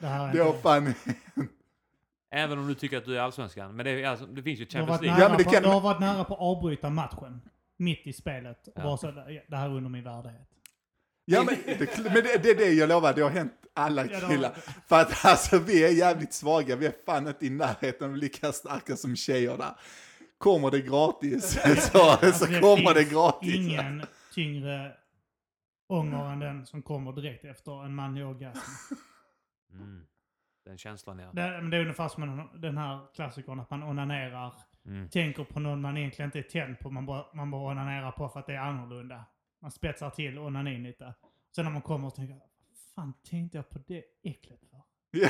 A: det här är
D: Det har
A: inte...
D: fan...
B: Även om du tycker att du är allsvenskan. Men det, är alltså, det finns ju
A: Du har,
B: Champions
A: varit
B: League.
A: nära
D: Ja, men det
A: på,
D: kan-
A: du har varit nära på att avbryta matchen. Mitt i spelet. Och
B: Ja.
A: bara så, "Det- det här är under min värdighet.
D: Ja, men, det, men det, det är det jag lovar, det har hänt alla
A: Ja, det har-
D: killar. För att alltså vi är jävligt svaga, vi är fan inte i närheten av lika starka som tjejer där. Kommer det gratis så, så
A: Alltså,
D: kommer det
A: finns
D: gratis.
A: ingen tyngre ånger än den som kommer direkt efter en manlig orgasm.
B: Mm. Den känslan ja.
A: Det, men det är ungefär som en- den här klassikern att man onanerar,
B: Mm.
A: tänker på någon man egentligen inte är tänd på, man bara, man bara onanerar på för att det är annorlunda. Man spetsar till onanin lite. Sen när man kommer och tänker, fan tänkte jag på det äcklet för?
D: Ja.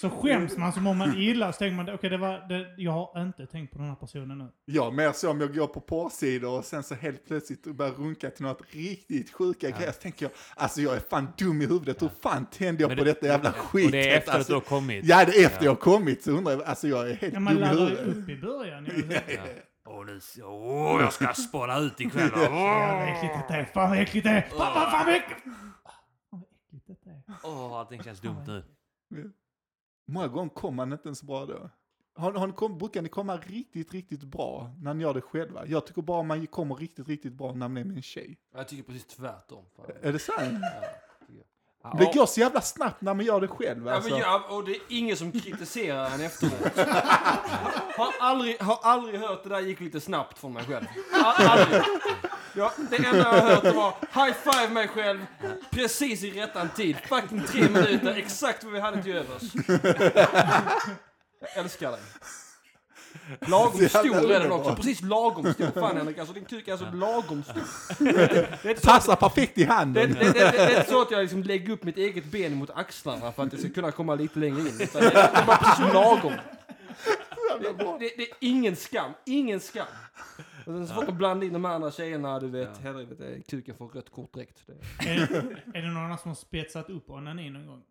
A: Så skäms man som om man är illa, så tänker man, okej det var, det, jag har inte tänkt på den här personen nu.
D: Ja, mer så om jag går på porrsidor och sen så helt plötsligt börjar runka till något riktigt sjuka grejer. Så tänker jag, alltså jag är fan dum i huvudet, hur fan tände jag
B: Men
D: på
B: det-
D: detta jävla skit?
B: Och det är efter att
D: alltså,
B: du har kommit.
D: Ja, det är efter
B: Ja.
D: jag har kommit så undrar jag, alltså jag är helt
A: Ja,
D: dum
A: man
D: i
A: laddar ju
D: huvudet.
A: upp i början. Jag,
B: Ja. Åh, nu, åh, jag ska spara ut ikväll.
A: Fan vad
B: Åh,
A: äckligt detta är. Fan vad äckligt det är. Fan vad fan vad äckligt. Fan vad äckligt detta är.
B: åh allting känns dumt nu.
D: Många gånger kommer man inte ens bra då. Har, har ni kom, brukar ni komma riktigt, riktigt bra när ni gör det själva? Jag tycker bara man kommer riktigt, riktigt bra när man är med en tjej.
C: Jag tycker precis tvärtom. Fan.
D: Är det sant?
C: Ja,
D: Det går så jävla snabbt när man gör det själv
C: Ja,
D: alltså.
C: men, ja, och det är ingen som kritiserar en efteråt. Har aldrig, har aldrig hört det där gick lite snabbt från mig själv. Al- Aldrig. Ja, det enda jag har hört det var high five mig själv precis i rättan tid. Fucking tre minuter, exakt vad vi hade till övers. Jag älskar dig. Lagom
D: Så jävla
C: stor är den också.
D: underbart.
C: Precis lagom stor. Fan Henrik, alltså din kuk är alltså lagom stor. Det är inte så att-
D: Passar perfekt i
C: det,
D: handen.
C: det, det, det, det är inte så att jag liksom lägger upp mitt eget ben mot axlarna för att det ska kunna komma lite längre in. Utan Det, det är bara precis lagom. Det, det, det är ingen skam, ingen skam. Och sen så får man blanda in de andra tjejerna, du vet, helvete, kuken får rött kort direkt. Det,
A: Är, är det någon annan som har spetsat upp onanin någon gång?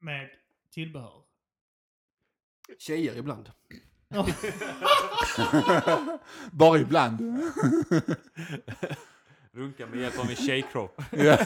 A: Med tillbehör?
C: tjejer ibland.
D: Bara ibland.
B: Runka med hjälp av min tjejkropp.
D: Nej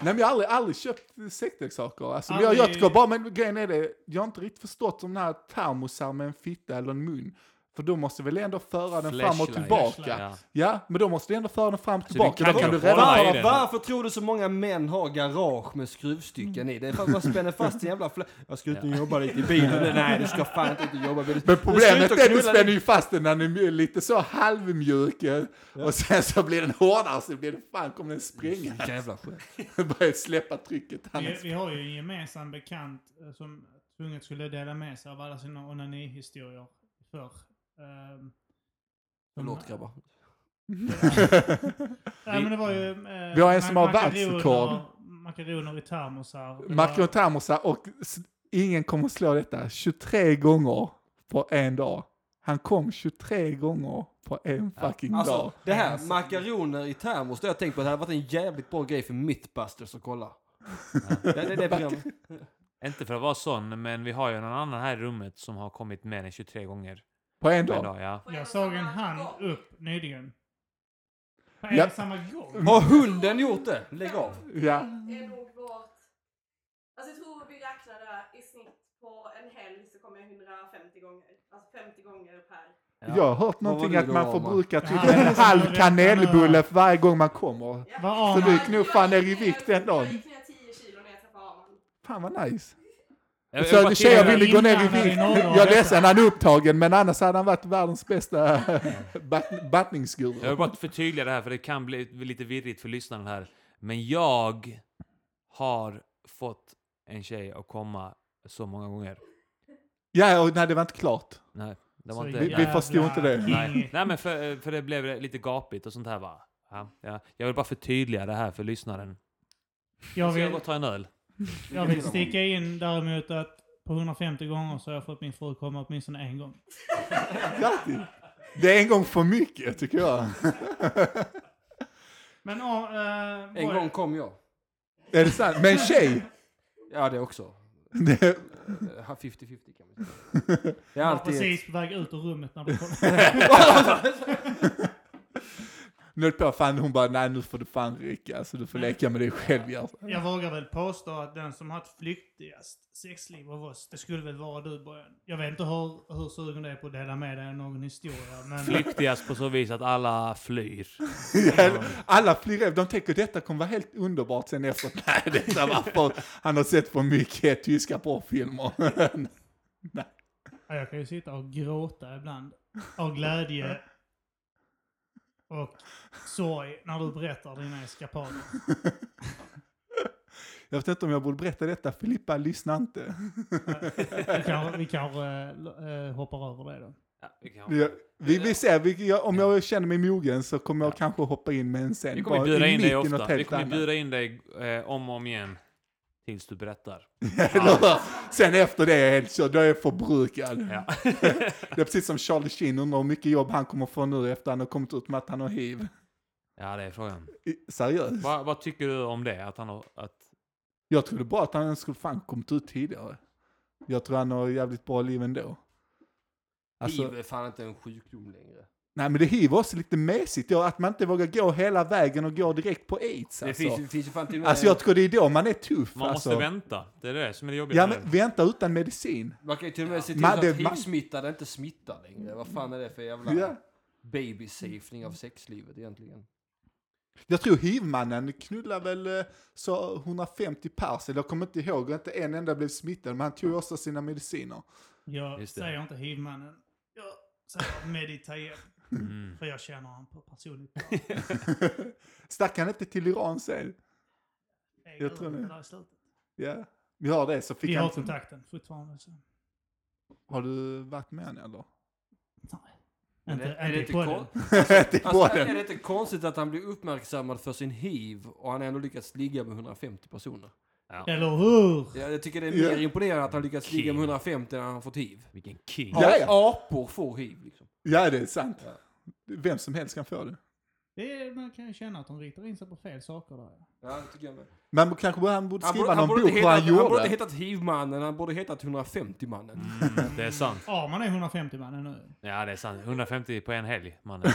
D: men jag har aldrig, aldrig köpt sexleksaker. Alltså, men jag, jag
A: Aldrig-
D: tycker bara, men grejen är det, jag har inte riktigt förstått om den här termosar med en fitta eller en mun. För då måste väl ändå föra den fram och
B: Flashlight.
D: tillbaka.
B: Ja. Alltså,
D: Ja, men då måste du ändå föra den fram och
B: du
D: tillbaka.
B: kan
D: då kan
B: ju
D: du
B: hålla
D: redan
B: i
D: föra
B: den.
C: Varför tror du så många män har garage med skruvstycken i? Det är för att man spänner fast en jävla fla- Jag ska ut och jobba lite i bilen. Nej, du ska fan inte ut och jobba i bilen.
D: Men
C: Du
D: problemet
C: ska
D: är
C: ut och
D: att du
C: knulla
D: spänner ju fast den när den är lite så halvmjuk. eh, Och sen så blir den hårdare så blir det fan kommer den spränga.
C: lite. Jävla skit.
D: Börjar släppa trycket.
A: Vi,
D: annars-
A: vi har ju en gemensam bekant eh, som tvunget skulle dela med sig av alla sina onanihistorier förr. Ehm,
C: Förlåt grabbar.
A: Nej, men det var ju... eh,
D: Vi har en som har
A: ma-
D: världsrekord.
A: makaroner- Makaroner i termosar. Det var-
D: Macron Tamosa och s- ingen kommer slå detta. 23 gånger på en dag. Han kom 23 gånger på en fucking
C: Alltså,
D: dag.
C: det här, makaroner i termos, det har jag tänkt på, det hade varit en jävligt bra grej för Mythbusters att kolla. Det, det, det är programmet.
B: Inte för att vara sån, men vi har ju någon annan här i rummet som har kommit med den 23 gånger.
D: På en
B: på en
D: dag.
B: dag, ja.
A: Jag såg en hand
E: upp.
A: upp nyligen. På
D: Ja.
A: en och samma gång.
C: Har hunden gjort det? Lägg av.
D: Ja.
E: Är nog vårt... Alltså jag tror vi räknade i snitt på en helg så kommer jag 150 gånger. Alltså 50 gånger per.
D: Jag har hört
C: Vad var
D: någonting
C: det
D: att
C: då,
D: man
C: Arman?
D: förbrukar typ
A: Ja.
D: en halv kanelbulle varje gång man kommer.
E: Ja.
A: Vad Arman-
D: Så du gick nog fan ner i vikt den
E: Jag
D: dagen.
E: gick ner 10 kilo när jag träffade Arman.
D: Fan vad nice.
B: Jag- jag bara
D: Så tjejer
B: tillhör-
D: ville gå ner i
A: Inblandade i
D: vikt.
A: några av
D: Jag är
A: dessa.
D: ledsen, han är upptagen, men annars hade han varit världens bästa bat-
B: Jag vill
D: battningsguru.
B: bara förtydliga det här, för det kan bli lite virrigt för lyssnaren här. Men jag har fått en tjej att komma så många gånger.
D: Ja, och nej, det var inte klart.
B: Nej, det var
A: Så
B: inte...
D: Vi-
B: ja.
A: jävla
D: förstod inte det.
B: Nej,
A: kingigt.
B: nej men för, för det blev lite gapigt och sånt här va? Ja, ja. Jag vill bara förtydliga det här för lyssnaren.
A: Jag
B: Ska jag gå
A: vill,
B: och ta en öl?
A: jag vill sticka in däremot att på 150 gånger så har jag fått min fru komma åtminstone en gång.
D: Grattis. Det är en gång för mycket, tycker jag.
A: Men ja, eh,
C: En
A: boy,
C: gång kom jag.
D: Är det sant? Men tjej?
C: Ja, det också.
D: Det,
C: Eh, 50-50 kan man säga. Det är
A: jag var
C: alltid...
A: precis på väg ut ur rummet när vi kom.
D: Hon höll på, fan hon bara, nej nu får du fan rycka, alltså du får leka med dig själv Gertrud.
A: Jag vågar väl påstå att den som har ett flyktigast sexliv av oss, det skulle väl vara du Bojan. Jag vet inte hur, hur sugen du är på att dela med dig av någon historia, men...
B: Flyktigast på så vis att alla flyr.
D: Alla flyr iväg. de tänker detta kommer vara helt underbart sen efteråt. Nej, detta var för, han har sett för mycket tyska porrfilmer.
A: Ja, jag kan ju sitta och gråta ibland av glädje och sorg när du berättar dina eskapader.
D: Jag vet inte om jag borde berätta detta, Filippa lyssnar inte.
A: Vi kanske vi kan, eh, hoppar över det då.
B: Ja, vi kan-
D: Vi, vi, vi ser, vi, jag, om jag känner mig mogen så kommer jag kanske hoppa in med en sen.
B: Vi kommer
D: bara
B: bjuda
D: i
B: in dig
D: mitt i något
B: ofta. Vi
D: helt
B: kommer
D: annat.
B: bjuda in dig eh, om och om igen. Tills du berättar.
D: Eller hur? Sen efter det är jag helt körd, då är jag förbrukad.
B: Ja.
D: Det är precis som Charlie Sheen, undrar hur mycket jobb han kommer få nu efter han har kommit ut med att han har hiv.
B: ja, det är frågan.
D: I- Seriöst?
B: Vad, vad tycker du om det? Att han har... Att,
D: Jag trodde bara att han skulle fan kommit ut tidigare. Jag tror han har jävligt bra liv ändå. Alltså,
C: Hiv är fan inte en sjukdom längre.
D: nej men det hiv är också lite mesigt, ja, att man inte vågar gå hela vägen och gå direkt på aids
C: Det
D: alltså.
C: finns, ju- finns ju fan till och med...
D: Alltså jag tror det är då man är tuff.
B: man
D: alltså.
B: måste vänta. Det är det som är det jobbiga.
D: Ja
B: med
D: men
B: det.
D: vänta utan medicin.
C: man kan ju till och med se till
D: Man-
C: så
D: det-
C: att
D: man-
C: hivsmittade inte smittar längre. Vad fan är det för jävla
D: Ja.
C: babysafning av sexlivet egentligen?
D: Jag tror hivmannen knullar väl eh, så 150 pers, eller jag kommer inte ihåg, inte en enda blev smittad, men han tog också sina mediciner.
A: Jag
B: Just det.
A: säger inte hivmannen. Jag säger meditera.
B: Mm.
A: För jag känner honom på personligt
D: Stack han inte till Iran sen?
A: plan.
D: Jag tror det.
A: det. där i slutet.
D: Ja, vi har det så fick
A: Vi
D: han...
A: har kontakten fortfarande. Så.
D: Har du varit med honom eller?
C: Men
A: Inte,
C: är- är
A: inte
C: det inte
A: i podden.
C: kon-
D: det är
C: Alltså,
D: den.
C: är det inte konstigt att han blir uppmärksammad för sin hiv och han har ändå lyckats ligga med 150 personer?
A: Eller hur?
C: Ja, Jag tycker det är
D: Ja.
C: mer imponerande att han lyckats ligga med
B: King.
C: 150 när han har fått hiv.
B: Vilken king.
D: Ja.
C: Apor får hiv liksom.
D: Ja, det är sant.
C: Ja.
D: Vem som helst kan få det.
A: Det är, man kan ju känna att de riktar in sig på fel saker där. ja.
C: Ja, det tycker jag med.
D: Men kanske borde- han borde
C: Han
D: skriva
C: borde, han,
D: någon
C: borde
D: bok
C: inte
D: vad
C: hetat,
D: han
C: han borde
D: gjorde.
C: inte hetat hivmannen, han borde hetat 150-mannen.
B: Mm, det är sant.
A: Ja, man är 150 mannen nu.
B: Ja, det är sant. 150 på en helg, mannen.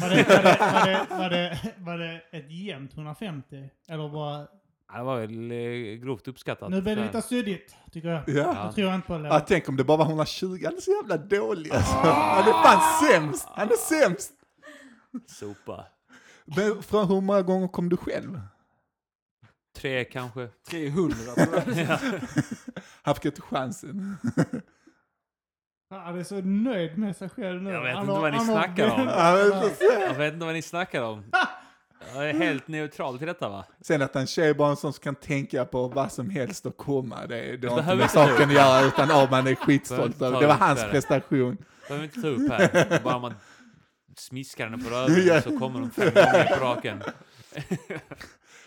A: Var det, var, det, var, det, var, det, var det ett jämnt 150? Eller bara...
B: Ja, det var väl eh, grovt uppskattat.
A: Nu blir det lite
B: Sådär.
A: suddigt, tycker jag.
D: Ja.
A: Jag tror jag inte på det.
D: Ja, tänk om det bara var 120, han är så jävla dålig alltså.
C: Ah.
D: Han är fan sämst, han är sämst.
B: Sopa.
D: Men från hur många gånger kom du själv?
B: Tre kanske.
C: 300 tror jag.
D: Han fick inte chansen.
A: Han är så nöjd med sig själv nu.
B: Jag vet
A: Han
B: inte
A: har-
B: vad ni
A: han har
B: snackar om.
A: vänt-
D: Ja, men precis.
B: Jag vet inte vad ni snackar om. Jag är helt neutral till detta va?
D: Sen att han tjej bara är en sån som kan tänka på vad som helst och komma, det, det har inte
B: behöver
D: med
B: inte
D: saken att göra utan av man är skitstolt
B: Behöver
D: över.
B: ta
D: Det var
B: upp
D: hans
B: det.
D: prestation.
B: Behöver inte ta upp här. Bara man smiskar henne på röven så kommer de fem gånger på raken.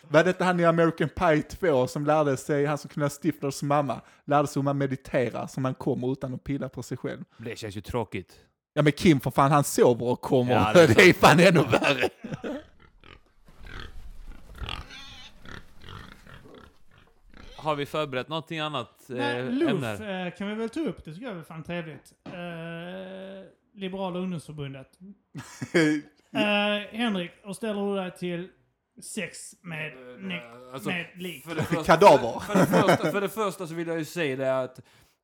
D: Var detta han i American Pie 2 som lärde sig, han som kunde ha Stiflers mamma, lärde sig hur man mediterar så man kommer utan att pilla på sig själv.
B: Det känns ju tråkigt.
D: Ja men Kim för fan han sover och kommer.
B: Ja,
D: det,
B: det
D: är
B: är
D: fan ännu värre.
B: Har vi förberett någonting annat eh,
A: Nej, LUF
B: ämne?
A: eh, kan vi väl ta upp. Det tycker jag är fan trevligt. Eh, Liberala ungdomsförbundet. Eh, Henrik, och ställer du dig till sex med, ne-
C: Alltså,
A: med lik?
C: För det första-
D: Kadaver.
C: För det, första, för det första så vill jag ju säga det att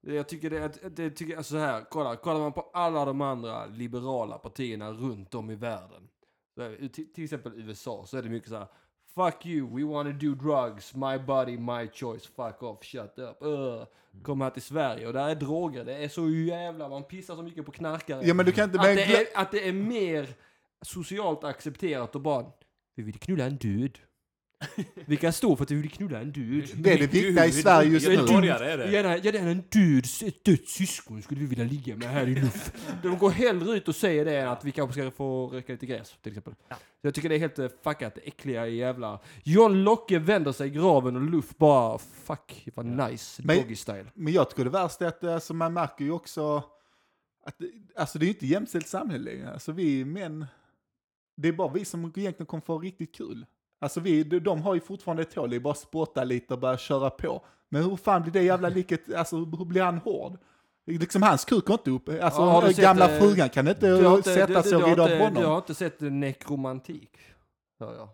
C: jag tycker det, att det tycker, alltså så här, kolla, kollar man på alla de andra liberala partierna runt om i världen, så här, till, till exempel USA, så är det mycket så här, fuck you, we wanna do drugs, my body, my choice, fuck off, shut up, uh. Kom här till Sverige och där är droger, det är så jävla, man pissar så mycket på knarkare.
D: Ja men du kan inte...
C: att,
D: Men,
C: det är, att det är mer socialt accepterat och bara, vi vill knulla en död. Vi kan stå för att vi vill knulla en död.
D: det är det viktiga i Sverige just
B: Jag är
D: nu.
B: göteborgare, är det.
C: Gärna, gärna en död, ett dött syskon skulle vi vilja ligga med här i luft. De går hellre ut och säger det än att vi kanske ska få röka lite gräs till exempel. Så jag tycker det är helt eh, fuckat, äckliga jävla... John Locke vänder sig i graven och Luff bara fuck, vad nice,
D: Men-
C: doggy style.
D: Men jag tycker det värsta är att alltså, man märker ju också att det, alltså, det är ju inte jämställt samhälle längre. Alltså vi män, det är bara vi som egentligen kommer få riktigt kul. Alltså vi, de de har ju fortfarande ett hål, det är bara att spotta lite och börja köra på. Men hur fan blir det jävla liket, alltså hur blir han hård? Liksom hans kuk går inte upp, alltså
C: Ja, har du sett,
D: gamla
C: eh,
D: frugan kan inte,
C: Du har inte-
D: sätta
C: du-
D: sig
C: du har
D: vid av
C: inte- Du
D: honom.
C: har inte sett nekromantik? hör jag.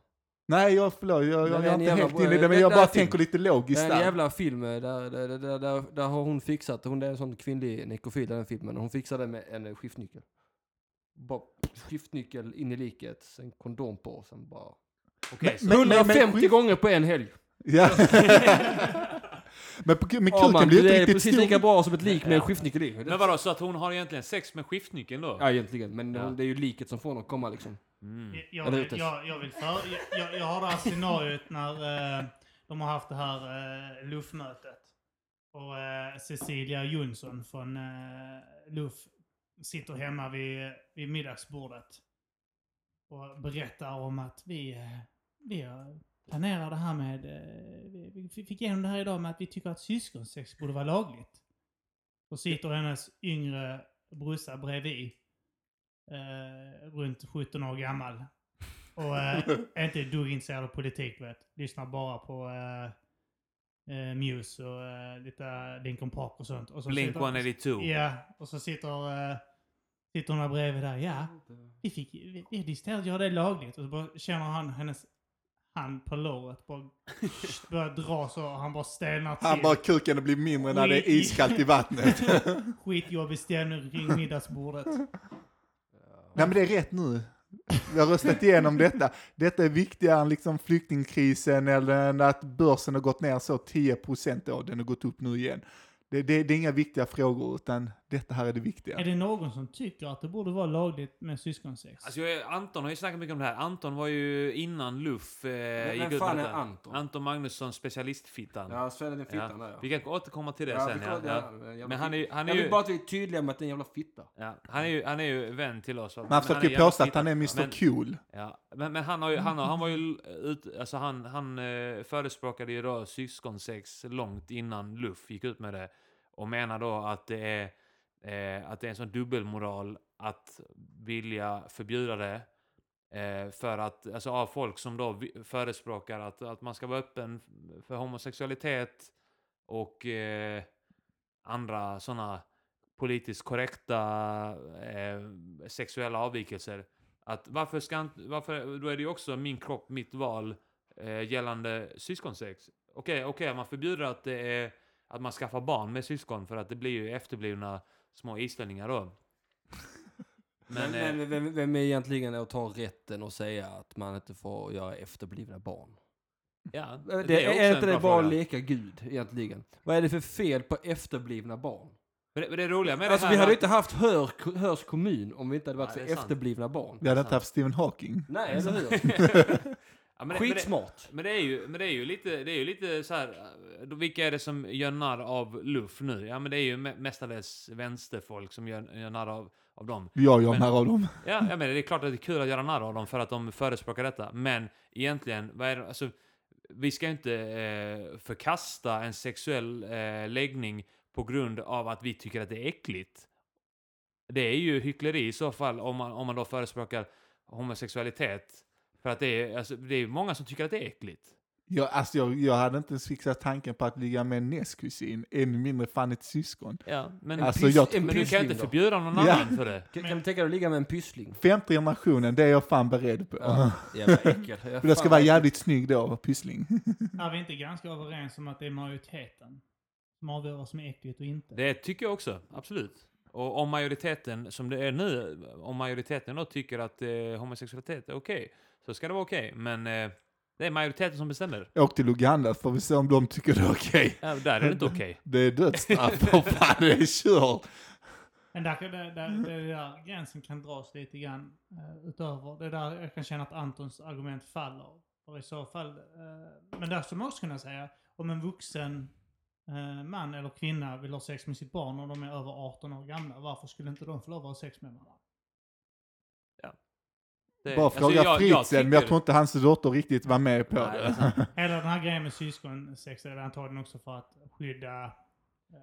D: Nej, jag, förlåt, jag,
C: Men
D: jag,
C: det är en
D: är inte
C: jävla
D: helt
C: bra-
D: inne i det,
C: det-
D: men jag
C: det
D: bara
C: är film.
D: tänker lite
C: Det
D: logiskt
C: är en
D: där.
C: jävla film eh, där, där, där, där, där har hon fixat, hon är en sån kvinnlig nekrofil i den filmen, hon fixar det med en eh, skiftnyckel. Bara skiftnyckel in i liket, sen kondom på, sen bara...
B: Okej, så-
D: Men- men-
C: 150
D: skift-
C: gånger på en helg!
D: Ja. men på- men
C: Ja, man,
D: kuken blir ju
C: det
D: inte
C: är
D: riktigt
C: precis
D: stor.
C: lika bra som ett lik med en skiftnyckel i.
B: men vadå, så att hon har egentligen sex med skiftnyckeln då?
C: Ja, egentligen, men
B: Ja.
C: det är ju liket som får honom att komma liksom.
B: Mm.
A: Jag, jag,
C: Eller
A: vill-
C: utes.
A: jag, jag, vill för, jag- jag, jag har det här scenariot när eh, de har haft det här eh, luffmötet. Och eh, Cecilia Jonsson från eh, Luff sitter hemma vid, vid middagsbordet. Och berättar om att vi, eh, vi har planerat det här med... Eh, vi- vi fick igenom det här idag med att vi tycker att syskonsex borde vara lagligt. Och sitter hennes yngre brorsa bredvid eh, runt 17 år gammal. Och eh, är inte ett dugg intresserad av politik, vet. Lyssnar bara på eh, eh, Muse och eh, lite Linkin Park och sånt. Och så
B: Blink
A: sitter-
B: 182.
A: Ja, och så sitter, eh, sitter hon där bredvid där. Ja, vi fick, vi, vi diskuterade att göra det lagligt. Och så bara känner han hennes hand på låret bara börjar dra så och han bara stelnar till.
D: Han bara kuken blir mindre när det är
A: Oj.
D: iskallt i vattnet.
A: Skitjobbig stämning kring middagsbordet.
D: Nej men det är rätt nu. Vi har röstat igenom detta. Detta är viktigare än liksom flyktingkrisen eller än att börsen har gått ner så 10% ja, den har gått upp nu igen. Det, det, det är inga viktiga frågor utan detta här är det viktiga.
A: Är det någon som tycker att det borde vara lagligt med syskonsex?
B: Alltså jag, är- Anton har ju snackat mycket om det här. Anton var ju innan Luff eh, gick
C: vem
B: ut
C: fan
B: med
C: är
B: detta.
C: Anton?
B: Anton Magnusson, specialistfittan.
C: Ja, Sven är den
B: Ja.
C: fittan där ja.
B: Vi kan återkomma till det
C: Ja,
B: sen.
C: vi
B: Ja.
C: kollar-
B: Ja.
C: ja, jävla
B: Men han är, ju- han, är
C: Jag vill
B: ju,
C: bara att vi är tydliga med att det är en jävla fitta.
B: ja, han, är ju, han är ju vän till oss. va? Men
D: Man
B: han är
D: försöker
B: jävla
D: påstå att
B: fitta.
D: han är Mr
B: Men-
D: Cool.
B: Ja, men, men han, har ju, han, har, han var ju ut, alltså han, han eh, förespråkade ju då syskonsex långt innan Luff gick ut med det. Och menar då att det är, eh, att det är en sån dubbelmoral att vilja förbjuda det. Eh, för att, alltså av folk som då vi- förespråkar att, att man ska vara öppen för homosexualitet och eh, andra sådana politiskt korrekta eh, sexuella avvikelser. Att varför ska inte, varför, då är det ju också min kropp, mitt val eh, gällande syskonsex. Okej, okej, man förbjuder att det är att man skaffar barn med syskon för att det blir ju efterblivna små islänningar då.
C: Men,
B: Men, eh,
C: men vem, vem är egentligen att ta rätten och säga att man inte får göra efterblivna barn?
B: ja,
C: Eh, Det,
B: också
C: är,
B: en
C: inte
B: bra
C: det bara
B: fråga.
C: leka Gud egentligen? Vad är det för fel på efterblivna barn?
B: Men det, men det roliga med
C: alltså
B: det
C: vi
B: här...
C: hade ju inte haft hör, Hörs kommun om vi inte hade varit
B: Nej,
C: för
B: det är sant.
C: efterblivna barn.
D: Vi hade inte haft Stephen Hawking.
C: Nej, eller hur?
B: ja, men det- men det-
C: Skitsmart.
B: Men det är ju, men det är ju lite, det är ju lite så här, eh, då- vilka är det som gör narr av Luff nu? Ja men det är ju me- mestadels vänsterfolk som gör, gör narr av, av dem.
D: Jag gör
B: Men-
D: några av dem.
B: Ja, jag menar, det är klart att det är kul att göra narr av dem för att de förespråkar detta. Men egentligen, vad är det, alltså, vi ska ju inte eh, förkasta en sexuell eh, läggning på grund av att vi tycker att det är äckligt. Det är ju hyckleri i så fall om man, om man då förespråkar homosexualitet. För att det är, alltså, det är ju många som tycker att det är äckligt.
D: Jag, alltså jag, jag hade inte ens fixat tanken på att ligga med en nästkusin, ännu mindre fan ett syskon.
B: Ja, men,
D: Alltså, jag-
B: men du kan ju inte
C: då.
B: förbjuda någon
D: Ja.
B: annan för det.
C: Kan, kan du tänka dig att ligga med en pyssling?
D: Femte generationen, det är jag fan beredd på.
C: Ja, jävla äckel. Ja,
D: Du ska
C: fan.
D: vara jävligt snygg då, Pyssling.
A: Är vi inte ganska överens om att det är majoriteten som avgör vad som är äckligt och inte?
B: Det tycker jag också, absolut. Och om majoriteten, som det är nu, om majoriteten då tycker att eh, homosexualitet är okej, så ska det vara okej. Men eh, det är majoriteten som bestämmer.
D: Åk till Uganda får vi se om de tycker det är okej.
B: Ja, där är det inte okej.
D: Det är dödsstraff, för fan det är kört.
A: Men där,
C: Mm.
A: kan- där, där, där, där gränsen kan dras lite grann eh, utöver. Det är där jag kan känna att Antons argument faller. Och i så fall, eh, men där skulle man också kunna säga, om en vuxen eh, man eller kvinna vill ha sex med sitt barn och de är över 18 år gamla, varför skulle inte de få lov att ha sex med varandra?
B: Det-
D: Bara
B: alltså,
D: fråga
B: jag- jag
D: Fritzen, men jag
B: tycker-
D: tror inte hans dotter riktigt var med på
B: Nej, alltså- det är
D: det.
B: sant.
A: Hela den här grejen med syskonsex är väl antagligen också för att skydda... eh,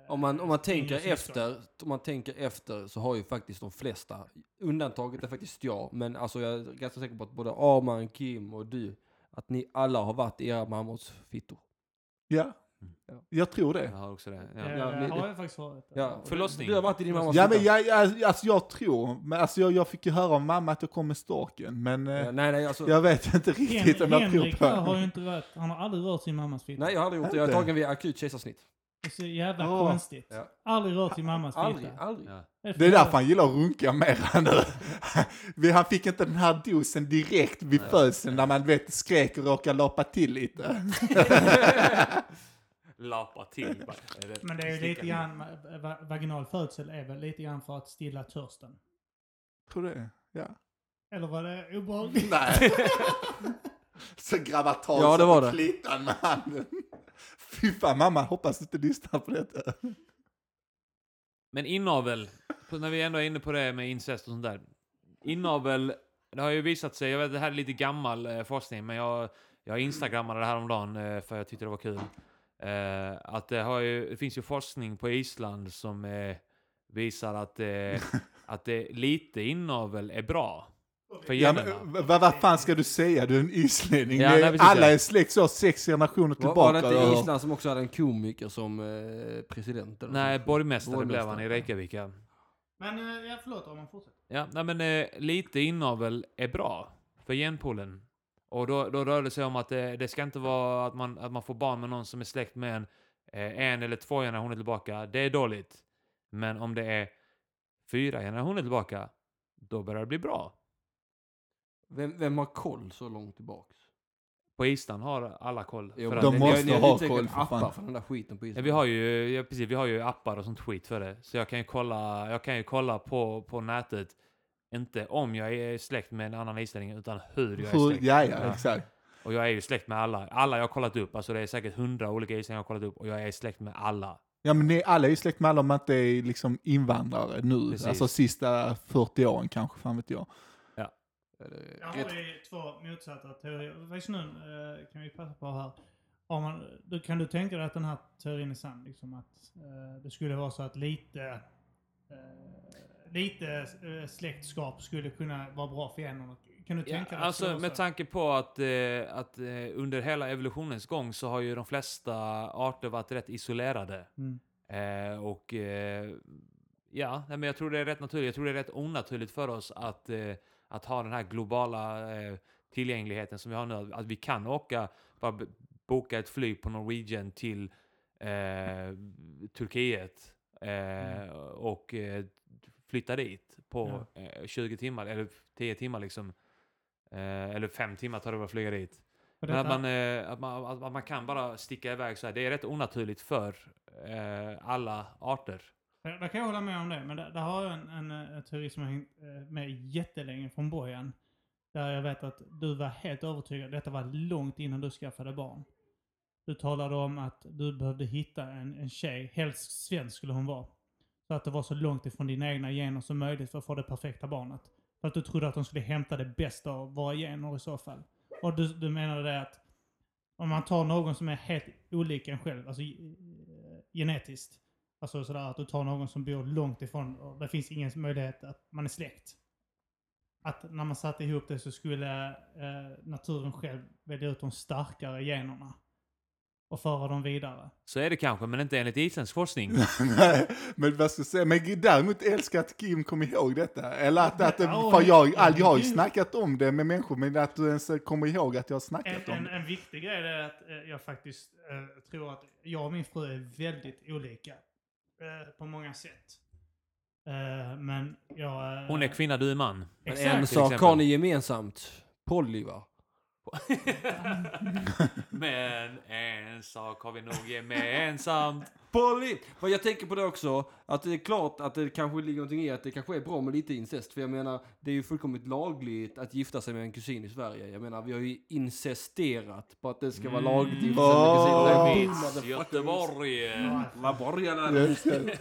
C: Om man, om, man
A: yngre
C: tänker
A: syskon. Eh,
C: efter, om man tänker efter så har ju faktiskt de flesta, undantaget är faktiskt jag, men alltså jag är ganska säker på att både Arman, Kim och du, att ni alla har varit i era mammors fittor.
D: Ja, Jag tror
B: Jag
D: det.
B: har också det.
A: Ja,
B: Ja.
C: ja,
A: det
C: det-
A: har jag faktiskt varit. eh,
C: Ja.
B: Förlossning.
C: Du har varit i din mammas
D: Ja
C: fitta.
D: men jag, jag, alltså jag tror, men alltså jag, jag fick ju höra av mamma att jag kom med storken, men eh,
C: Ja, Nej, nej, alltså.
D: jag vet inte
A: Hen-
D: riktigt om jag tror
A: Henrik
D: på
A: där har
D: det.
A: ju inte varit, han har aldrig rört sin mammas fitta.
C: Nej, jag har aldrig gjort det. Jag är
D: Inte?
C: tagen vid akut kejsarsnitt.
A: Det är så jävla
D: Åh.
A: konstigt.
C: Ja.
A: Aldrig rört sin mammas
C: Aldrig,
A: fitta.
C: aldrig.
B: Ja.
D: Det är därför han gillar att runka mer nu. Vi- Han fick inte den här dosen direkt vid födseln när man du vet, skrek och råkade lapa till lite.
B: Lapa till bara.
A: Men det är ju
B: Sticka
A: lite
B: in.
A: grann, eh, va- vaginal födsel är väl lite grann för att stilla törsten.
D: Tror du det? Ja.
A: Eller var det obehagligt?
D: Nej. Så grabbar tag
C: Ja, det var
D: på
C: det.
D: klittan med handen. Fy fan, mamma hoppas du inte lyssnar på detta.
B: Men inavel, på- när vi ändå är inne på det med incest och sånt där. Inavel, det har ju visat sig, jag vet det här är lite gammal eh, forskning, men jag, jag instagrammade det här om dagen eh, för jag tyckte det var kul. Eh, att det, har ju, det finns ju forskning på Island som eh, visar att, eh, att det, lite inavel är bra. För
D: Mm. Ja,
B: generna.
D: men, vad, vad fan ska du säga? Du är en islänning.
B: Ja,
D: Det är-
B: nej, precis,
D: Alla
B: ja.
D: är släkt så, sex generationer
C: Var,
D: tillbaka.
C: var det inte
D: Och-
C: Island som också hade en komiker som eh, president? Eller
B: Nej,
C: något?
B: borgmästare blev
C: Borgmästare.
B: han i Reykjavik, ja.
A: Men eh, jag förlåt om man fortsätter.
B: Ja, nej men eh, lite inavel är bra för genpoolen. Och då, då rör det sig om att eh, det, det ska inte vara att man, att man får barn med någon som är släkt med en, eh, en eller två generationer tillbaka. Det är dåligt. Men om det är fyra generationer tillbaka, då börjar det bli bra.
C: Vem, vem har koll så långt tillbaks?
B: På Island har alla koll.
C: Jo,
B: för
C: men
B: att
D: de
B: det-
C: ni-
D: måste
C: ni har
D: ha
C: utvecklat
D: koll, för
C: appar
D: fan.
C: för den där skiten på
B: Ja,
C: Island.
B: vi har ju, ja, precis, vi har ju appar och sånt skit för det. Så jag kan ju kolla, jag kan ju kolla på, på nätet, inte om jag är släkt med en annan islänning, utan hur jag är
D: Hur,
B: släkt.
D: ja, ja,
B: Ja.
D: exakt.
B: Och jag är ju släkt med alla. Alla jag har kollat upp, alltså det är säkert hundra olika islänningar jag har kollat upp och jag är släkt med alla.
D: Ja, men ni, alla är ju släkt med alla om man inte är liksom invandrare nu.
B: Precis.
D: Alltså sista 40 åren kanske, fan vet jag.
B: Eh,
C: Eller,
A: Jag har
C: rätt-
A: ju två motsatta teorier. Faktiskt nu eh, kan vi passa på här. Om man, då kan du tänka dig att den här teorin är sann? Liksom att eh, det skulle vara så att lite, eh, lite eh, släktskap skulle kunna vara bra för generna. Kan du tänka dig? att det skulle
B: alltså
A: vara
B: med
A: så?
B: tanke på att, eh, att eh, under hela evolutionens gång så har ju de flesta arter varit rätt isolerade.
A: Mm.
B: Eh, och eh, ja, nej, men jag tror det är rätt naturligt. Jag tror det är rätt onaturligt för oss att, eh, att ha den här globala eh, tillgängligheten som vi har nu. Att vi kan åka, bara b- boka ett flyg på Norwegian till eh, Turkiet eh,
A: Mm.
B: och eh, flytta dit på eh, 20 timmar eller 10 timmar liksom. Eh, eller 5 timmar tar det väl att flyga dit.
A: Och
B: Men
A: detta-
B: att man, eh, att, man, att- att man kan bara sticka iväg så här. Det är rätt onaturligt för eh, alla arter.
A: Där, där kan jag hålla med om det, men där, där har jag en, en, eh, teori som har hängt eh, med jättelänge från början. Där jag vet att du var helt övertygad, detta var långt innan du skaffade barn. Du talade om att du behövde hitta en, en tjej, helst svensk skulle hon vara. Så att det var så långt ifrån dina egna gener som möjligt för att få det perfekta barnet. För att du trodde att de skulle hämta det bästa av våra gener i så fall. Och du, du menade det att om man tar någon som är helt olik en själv, alltså eh, genetiskt, Alltså sådär att du tar någon som bor långt ifrån och det finns ingen möjlighet att man är släkt. Att när man satte ihop det så skulle eh, naturen själv välja ut de starkare generna och föra dem vidare.
B: Så är det kanske, men inte enligt isländsk forskning.
D: Nej, men vad ska jag säga? Men däremot älskar jag att Kim kom ihåg detta. Eller att, att
A: Ja,
D: för jag, all, jag har ju
A: herregud.
D: snackat om det med människor, men att du ens kommer ihåg att jag
A: En,
D: har snackat om
A: en,
D: det.
A: en viktig grej är att eh, jag faktiskt eh, tror att jag och min fru är väldigt olika eh, på många sätt. Eh, men jag... Eh,
B: Hon är kvinna, du är man.
C: Men
A: exakt.
C: en
B: till
C: sak
B: exempel.
C: har ni gemensamt. Polly va?
B: Men en sak har vi nog gemensamt.
C: Polly! Vad jag tänker på det också, att det är klart att det kanske ligger någonting i att det kanske är bra med lite incest. För jag menar, det är ju fullkomligt lagligt att gifta sig med en kusin i Sverige. Jag menar, vi har ju incesterat på att det ska vara lagligt att gifta sig med
D: Åh.
B: Mm.
C: en kusin.
D: Boom,
B: Miss Göteborg.
C: Vad borgarna
D: Just det.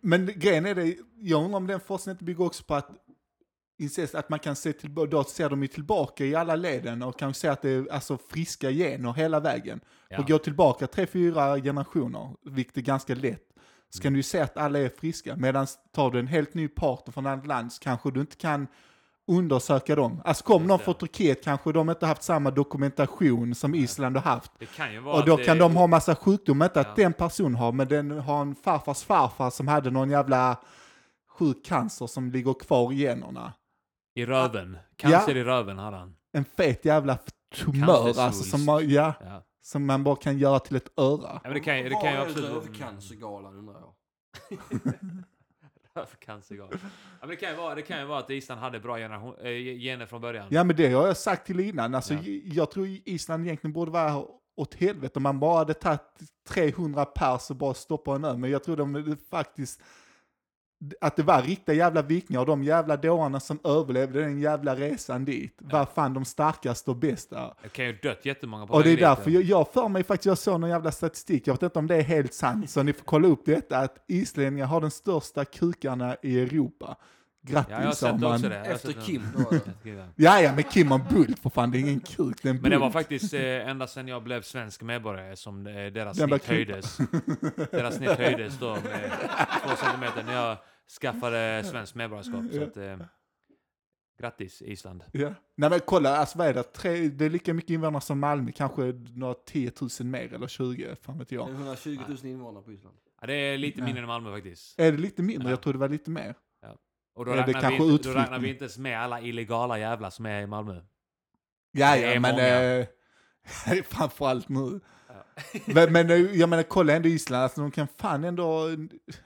D: Men grejen är det, jag undrar om den forskningen inte bygger också på att incest, att man kan se tillbaka, då ser de ju tillbaka i alla leden och kan se att det är alltså, friska gener hela vägen.
B: Ja.
D: Och går tillbaka tre, fyra generationer, vilket är ganska lätt, så
B: Mm.
D: kan du ju se att alla är friska. Medan tar du en helt ny partner från ett annat land så kanske du inte kan undersöka dem. Alltså kom
B: Just
D: någon
B: det.
D: från Turkiet kanske de inte haft samma dokumentation som Island har haft.
B: Det kan ju vara
D: Och då
B: att det
D: kan de ha massa sjukdomar, inte att
B: Ja.
D: den person har, men den har en farfars farfar som hade någon jävla sjuk cancer som ligger kvar i generna.
B: i röven. Cancer i röven har han.
D: En fet jävla tumör
B: Cancersvulst.
D: alltså, som, man- ja,
B: Ja. ja
D: som man bara kan göra till ett öra.
B: men det kan, ju- det kan ju
C: Var är
B: absolut...
C: Rövcancergalan undrar jag.
B: Rövcancergal. Ja, men det, kan ju vara, det kan ju vara att Island hade bra generation, eh, gener från början.
D: Ja men det har jag sagt till innan, alltså,
B: Ja.
D: j- jag tror Island egentligen borde vara åt helvete om man bara hade tagit 300 pers och bara stoppat en ö, men jag tror de faktiskt att det var riktiga jävla vikingar och de jävla dårarna som överlevde den jävla resan dit var fan de starkaste och bästa.
B: Det kan ju dött jättemånga på
D: Och det är
B: vägen dit,
D: därför
B: ja.
D: jag, jag för mig faktiskt, jag såg någon jävla statistik, jag vet inte om det är helt sant, så ni får kolla upp detta, att islänningar har den största kukarna i Europa. Grattis
B: Ja, jag har
D: sa
B: sett
D: liksom, man.
B: också det. Jag har
C: Efter
B: sett den.
C: Kim då. ja.
B: Ja.
D: Ja, ja, men Kim och Bult, för fan, det är ingen kuk, det är en
B: Men det var
D: bult.
B: faktiskt eh, ända sedan jag blev svensk medborgare som eh, deras
D: Den
B: snitt
D: där klippan.
B: höjdes. Deras snitt höjdes då med två centimeter när jag skaffade svenskt medborgarskap. Så att, eh, grattis Island.
D: Ja. Nej men kolla, alltså vad är det? Tre, det är lika mycket invånare som Malmö, kanske några 10 000 mer eller 20, fan vet
C: Det är
D: jag.
C: 120 000 invånare på Island.
B: Ja, det är lite mindre än Malmö faktiskt.
D: Är det lite mindre?
B: Ja.
D: Jag tror det var lite mer.
B: Och då
D: Är det
B: räknar,
D: kanske
B: vi inte, då räknar vi
D: utflyttning?
B: inte ens med alla illegala jävlar som är i Malmö.
D: Ja,
B: Det är
D: ja, men...
B: många.
D: Eh, framförallt nu. men, men eh, jag menar, kolla ändå Island, alltså de kan fan ändå...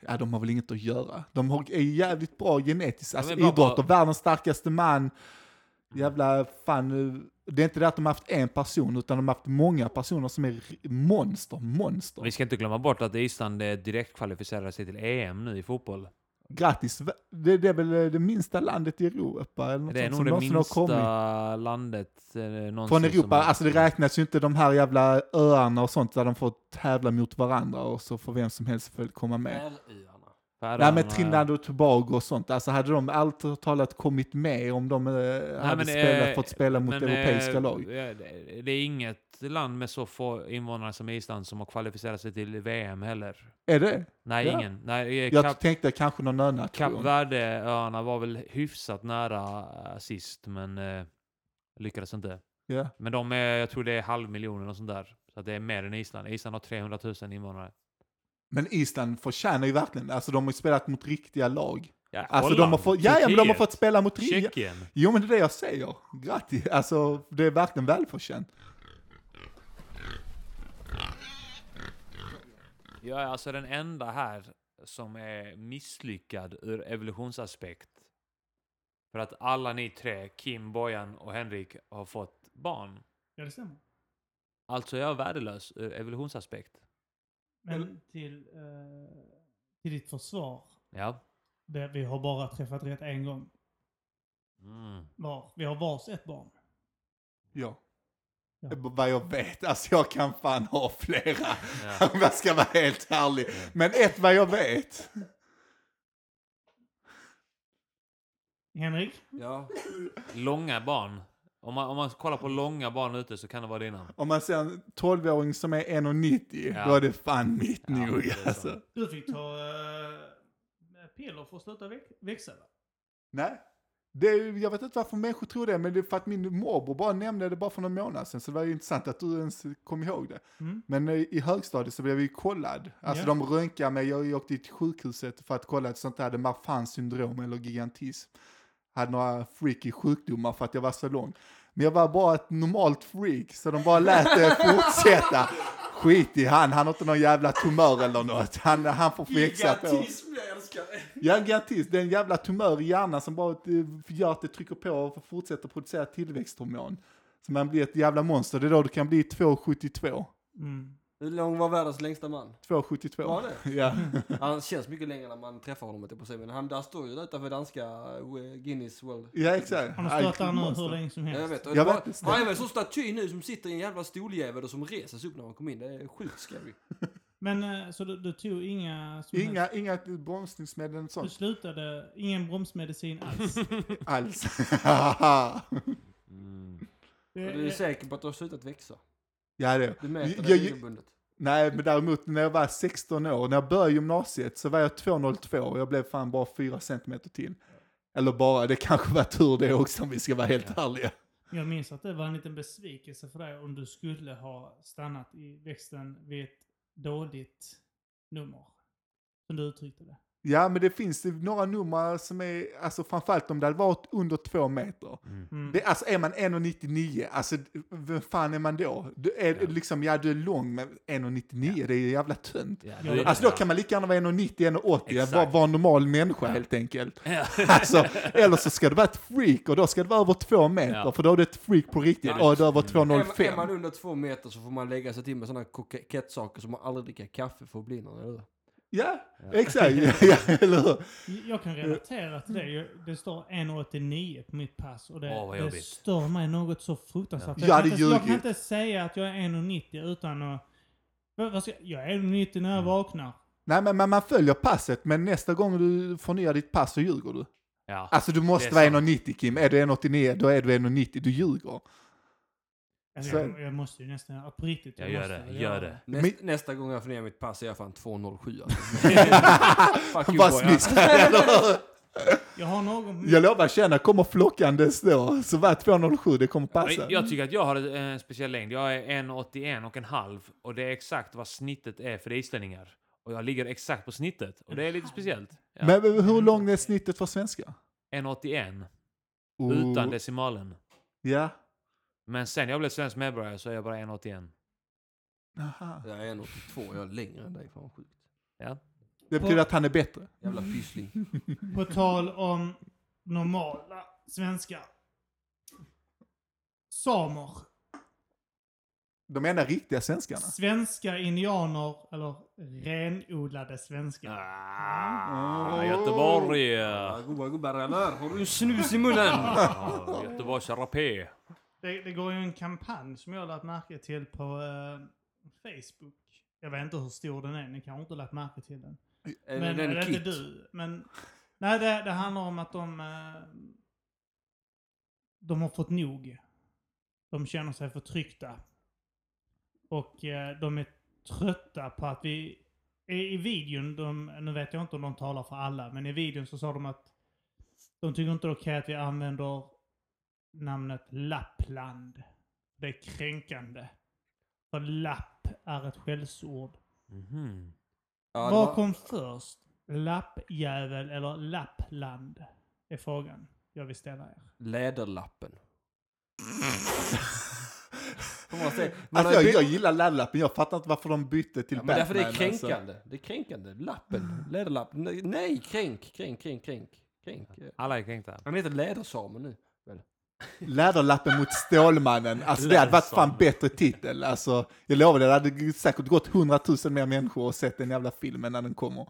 D: Ja, de har väl inget att göra. De har, är jävligt bra genetiskt, alltså
B: är bra på-
D: idrotter, världens starkaste man. Jävla fan, eh, det är inte det att de har haft en person, utan de har haft många personer som är r- monster, monster.
B: Vi ska inte glömma bort att Island eh, direkt kvalificerade sig till EM nu i fotboll.
D: Grattis, det, det är väl eh, det minsta landet i Europa eller något
B: Det är
D: sånt
B: nog
D: som
B: det
D: någonsin har kommit.
B: minsta landet eh, någonsin
D: Från
B: som
D: Europa,
B: har-
D: alltså det räknas ju inte de här jävla öarna och sånt där de får tävla mot varandra och så får vem som helst väl komma med.
C: Färöarna.
B: Färöarna,
D: Nej men
B: ja.
D: Trinidad och Tobago och sånt, alltså hade de allt talat kommit med om de eh, hade
B: men,
D: spelat,
B: eh,
D: fått spela mot
B: eh,
D: europeiska lag?
B: ja, det- Det är inget land med så få invånare som Island som har kvalificerat sig till VM heller.
D: Är det?
B: Nej,
D: Ja.
B: ingen. Nej, eh,
D: Jag
B: Kap,
D: tänkte kanske någon annan.
B: Kap Verde-öarna var väl hyfsat nära eh, sist, men eh, lyckades inte.
D: Ja.
B: Men de är, jag tror det är halvmiljoner och sånt där. Så att det är mer än Island. Island har 300 000 invånare.
D: Men Island förtjänar ju verkligen, alltså de har ju spelat mot riktiga lag.
B: Ja,
D: Alltså de
B: Holland,
D: har fått, ja, ja, men de har
B: Turkiet,
D: fått spela mot riktiga,
B: Tjeckien.
D: Jo men det är det jag säger. Grattis, alltså det är verkligen välförtjänt.
B: Jag är alltså den enda här som är misslyckad ur evolutionsaspekt. För att alla ni tre, Kim, Bojan och Henrik, har fått barn.
A: Ja, det stämmer.
B: Alltså är jag värdelös ur evolutionsaspekt.
A: Men till, eh, till ditt försvar.
B: Ja.
A: Det, vi har bara träffat rätt en gång
B: Mm.
A: var. Vi har vars ett barn.
D: Ja.
A: Ja.
D: B- Vad jag vet, alltså jag kan fan ha flera.
B: Ja.
D: Om jag ska vara helt ärlig. Men ett vad jag vet.
A: Henrik?
C: Ja.
B: Långa barn. Om man, om man kollar på långa barn ute så kan det vara dina.
D: Om man ser en 12-åring som är 1,90
B: Ja.
D: då är det fan mitt nog.
B: det är
D: Alltså.
B: sant.
A: Du fick ta eh, piller för att sluta väx- växa va?
D: Nej. Det är, ju- jag vet inte varför människor tror det, men det är för att min morbror bara nämnde det bara för någon månad sedan, så det var ju intressant att du ens kom ihåg det.
A: Mm.
D: Men eh, i högstadiet så blev vi ju kollad. Alltså
A: Ja.
D: de röntgade mig, jag jag åkte till sjukhuset för att kolla att sånt hade Marfans syndrom eller gigantism. Hade några freaky sjukdomar för att jag var så lång. Men jag var bara ett normalt freak, så de bara lät det fortsätta. Skit i han, han har inte någon jävla tumör eller något. Han, han får växa på.
C: Gigantism, jag älskar det.
D: Ja, gigantism, det är en jävla tumör i hjärnan som bara eh, gör att det trycker på och fortsätter producera tillväxthormon. Så man blir ett jävla monster, det är då du kan bli 2,72.
A: Mm.
C: Hur lång var världens längsta man?
D: 2,72.
C: Var det?
D: Ja.
C: Han känns mycket längre när man träffar honom, höll jag på att säga. men han där står ju där utanför danska eh, Guinness World.
D: ja, exakt.
A: Han har stått
D: Icon
A: där nu hur
D: Monster.
A: länge som
C: Ja,
A: helst.
C: jag vet. Och
D: Jag
C: bara-
D: vet inte.
C: Han är väl en sån staty nu som sitter i en jävla stoljävel och som reser sig upp när han kom in. Det är sjukt scary.
A: Men eh, så du, du tog inga... som helst-
D: Inga, inga bromsningsmedel eller
A: Du
D: sånt
A: slutade, ingen bromsmedicin alls.
D: alls.
B: Mm.
A: Det
C: Och
A: är-
C: du är säker på att du har slutat växa?
D: ja, det.
C: Du mäter
D: Jag-
C: det
D: jag-
C: regelbundet.
D: Nej, men däremot när jag var 16 år, när jag började gymnasiet så var jag 2,02 och jag blev fan bara 4 centimeter till. Eller bara, det kanske var tur det också om vi ska vara helt ärliga.
A: Jag minns att det var en liten besvikelse för dig om du skulle ha stannat i växten vid ett dåligt nummer. Som du uttryckte det.
D: Ja, men det finns ju några nummer som är, alltså framförallt om det hade varit under två meter.
A: Mm.
D: Det, alltså är man 1,99, alltså vem fan är man då? Du är
B: Ja.
D: liksom, ja du är lång, men 1,99 det är ju jävla tönt.
B: Ja,
A: Ja.
B: det-
D: Alltså då kan man lika gärna vara 1,90, 1,80,
B: Exakt.
D: bara vara en normal människa helt enkelt.
B: Ja.
D: Alltså, eller så ska du vara ett freak och då ska du vara över två meter,
B: Ja.
D: för då är du ett freak på riktigt.
B: Ja.
D: Och du är över
C: Är, är
D: 2,05.
C: man under två meter så får man lägga sig till med sådana kokettsaker som man aldrig dricker kaffe för att bli någon, eller hur?
D: Ja, exakt. Ja, eller hur?
A: Jag
D: Eh,
A: kan relatera till
D: mm.
A: det. Jag- Det står 1,89 på mitt pass och det,
B: Åh, vad
A: det
B: jobbigt.
A: stör mig något så fruktansvärt.
D: Ja.
A: Jag,
D: Ja,
A: kan
D: det är
A: inte, jag kan
D: ljugigt.
A: inte säga att jag är 1,90 utan att... Vad- vad ska- Jag är 1,90
B: Mm.
A: när jag vaknar.
D: Nej, men men man följer passet, men nästa gång du förnyar ditt pass så ljuger du.
B: Ja.
D: Alltså du måste
B: Det
D: vara
B: är sant.
D: 1,90 Kim. Är du 1,89 då är du 1,90. Du ljuger.
A: Alltså,
D: Så-
A: jag, jag måste ju nästan... På riktigt.
B: Jag gör
A: måste
B: det,
A: göra
B: gör det.
C: Näst,
D: Men-
C: Nästa gång jag får ner mitt pass är jag fan 2,07 alltså. Fuck you boy.
D: Bara smisk där, eller hur?
A: Jag har någon...
D: Jag lovar tjena, kommer flockandes då. Så var 2,07 det kommer passa.
B: Men Jag tycker att jag har en speciell längd. Jag är 1,81 och en halv. Och det är exakt vad snittet är för islänningar. Och jag ligger exakt på snittet. Och det är lite speciellt. Ja.
D: Men hur långt är snittet för svenskar?
B: 1,81.
D: Oh,
B: Utan decimalen.
D: Ja.
B: Men sen jag blev svensk medborgare så är jag bara 1,81.
D: Aha.
C: Jag är 1,82, jag är längre än dig. Fan vad sjukt.
B: Ja.
D: Det betyder att han är bättre.
C: Jävla pyssling.
A: På tal om normala svenskar. Samer.
D: De enda riktiga svenskarna.
A: Svenska indianer, eller renodlade svenskar.
B: Ah, Göteborg!
C: Ja, Goa gubbar eller? Har du en snus i munnen?
B: Ah, Göteborgs rapé.
A: Det, det går ju en kampanj som jag har lagt märke till på eh, Facebook. Jag vet inte hur stor den är, ni kanske inte har lagt märke till den.
C: Är
A: men,
C: det
A: eller
C: den
A: inte
C: kit?
A: du. Men, nej, det, det handlar om att de... eh, de har fått nog. De känner sig förtryckta. Och eh, de är trötta på att vi... I, i videon, de, nu vet jag inte om de talar för alla, men i videon så sa de att de tycker inte det är okej att vi använder namnet Lappland. Det är kränkande. För lapp är ett skällsord.
B: Mhm.
C: Ja, det
A: Vad
C: var-
A: kom först? Lappjävel eller Lappland? Är frågan jag vill ställa er.
C: Läderlappen. Får man säga. Man
D: Alltså,
C: har
D: jag,
C: ju-
D: jag gillar lallappen, jag fattar inte varför de bytte till
C: Ja, men
D: Batman.
C: därför det är
D: alltså.
C: kränkande. Det är kränkande. Lappen. Läderlappen. Nej, Nej, kränk, kränk, kränk, kränk. kränk. ja.
B: Alla är kränkta.
C: Han heter Lädersamen nu. väl?
D: Läderlappen mot Stålmannen, alltså det hade varit fan
B: Lädersamen.
D: bättre titel. Alltså, jag lovar, det det hade säkert gått hundratusen mer människor och sett den jävla filmen när den kommer.
C: Åh,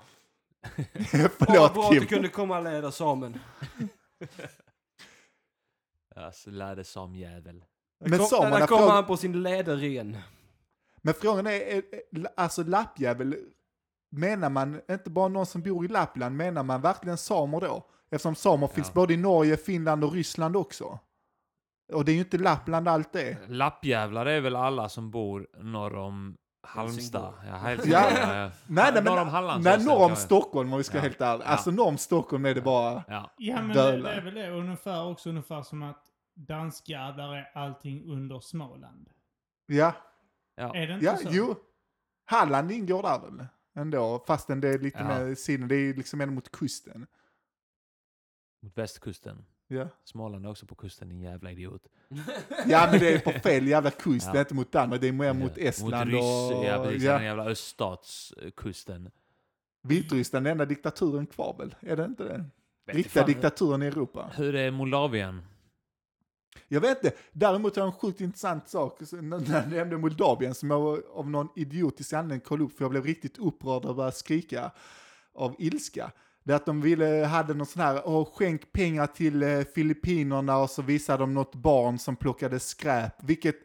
C: vad bra
D: Förlåt
C: att du
D: Kim.
C: kunde komma Lädersamen.
B: Alltså, lärde som jävel.
D: Men
C: Kom-
D: samerna
C: Där kommer
D: frågar-
C: han på sin läderren.
D: Men frågan är, är, är, alltså lappjävel, menar man inte bara någon som bor i Lappland, menar man verkligen samer då? Eftersom samer finns både i Norge, Finland och Ryssland också. Och det är ju inte Lappland allt det.
B: Lappjävlar är väl alla som bor norr om Halmstad? Ja, Helsingborg.
D: Ja.
B: Ja, ja.
D: Nej, nej, men,
B: norr om Halland. så
D: nej,
B: att säga,
D: norr om
B: ja.
D: Stockholm om vi ska
B: Ja.
D: vara helt ärliga.
B: Ja.
D: Alltså norr om Stockholm är det bara...
B: Ja.
A: Ja men det,
D: Döla.
A: det är väl det. Ungefär också ungefär som att danskar, där är allting under Småland.
D: Ja,
B: ja.
A: Är det inte
D: ja,
A: så?
D: jo. Halland ingår där väl? Ändå, fastän det är lite
B: Ja.
D: mer sidan, det är liksom ändå mot kusten.
B: Mot västkusten.
D: Ja.
B: Småland är också på kusten, din jävla idiot.
D: ja, men det är på fel jävla kust,
B: Ja.
D: det är inte mot Danmark, det är mer mot Estland
B: mot
D: och...
B: Ja, precis.
D: Ja.
B: Den jävla öststatskusten.
D: Vitryssland är den enda diktaturen kvar väl? Är det inte det?
B: Vet
D: Riktiga
B: fan.
D: diktaturen i Europa.
B: Hur är Moldavien?
D: Jag vet inte. Däremot har jag en sjukt intressant sak så när när jag nämnde Moldavien som jag av någon idiotisk anledning kollade upp för jag blev riktigt upprörd och började skrika av ilska. Det är att de ville, hade någon sån här, åh, skänk pengar till eh, Filippinerna och så visade de något barn som plockade skräp, vilket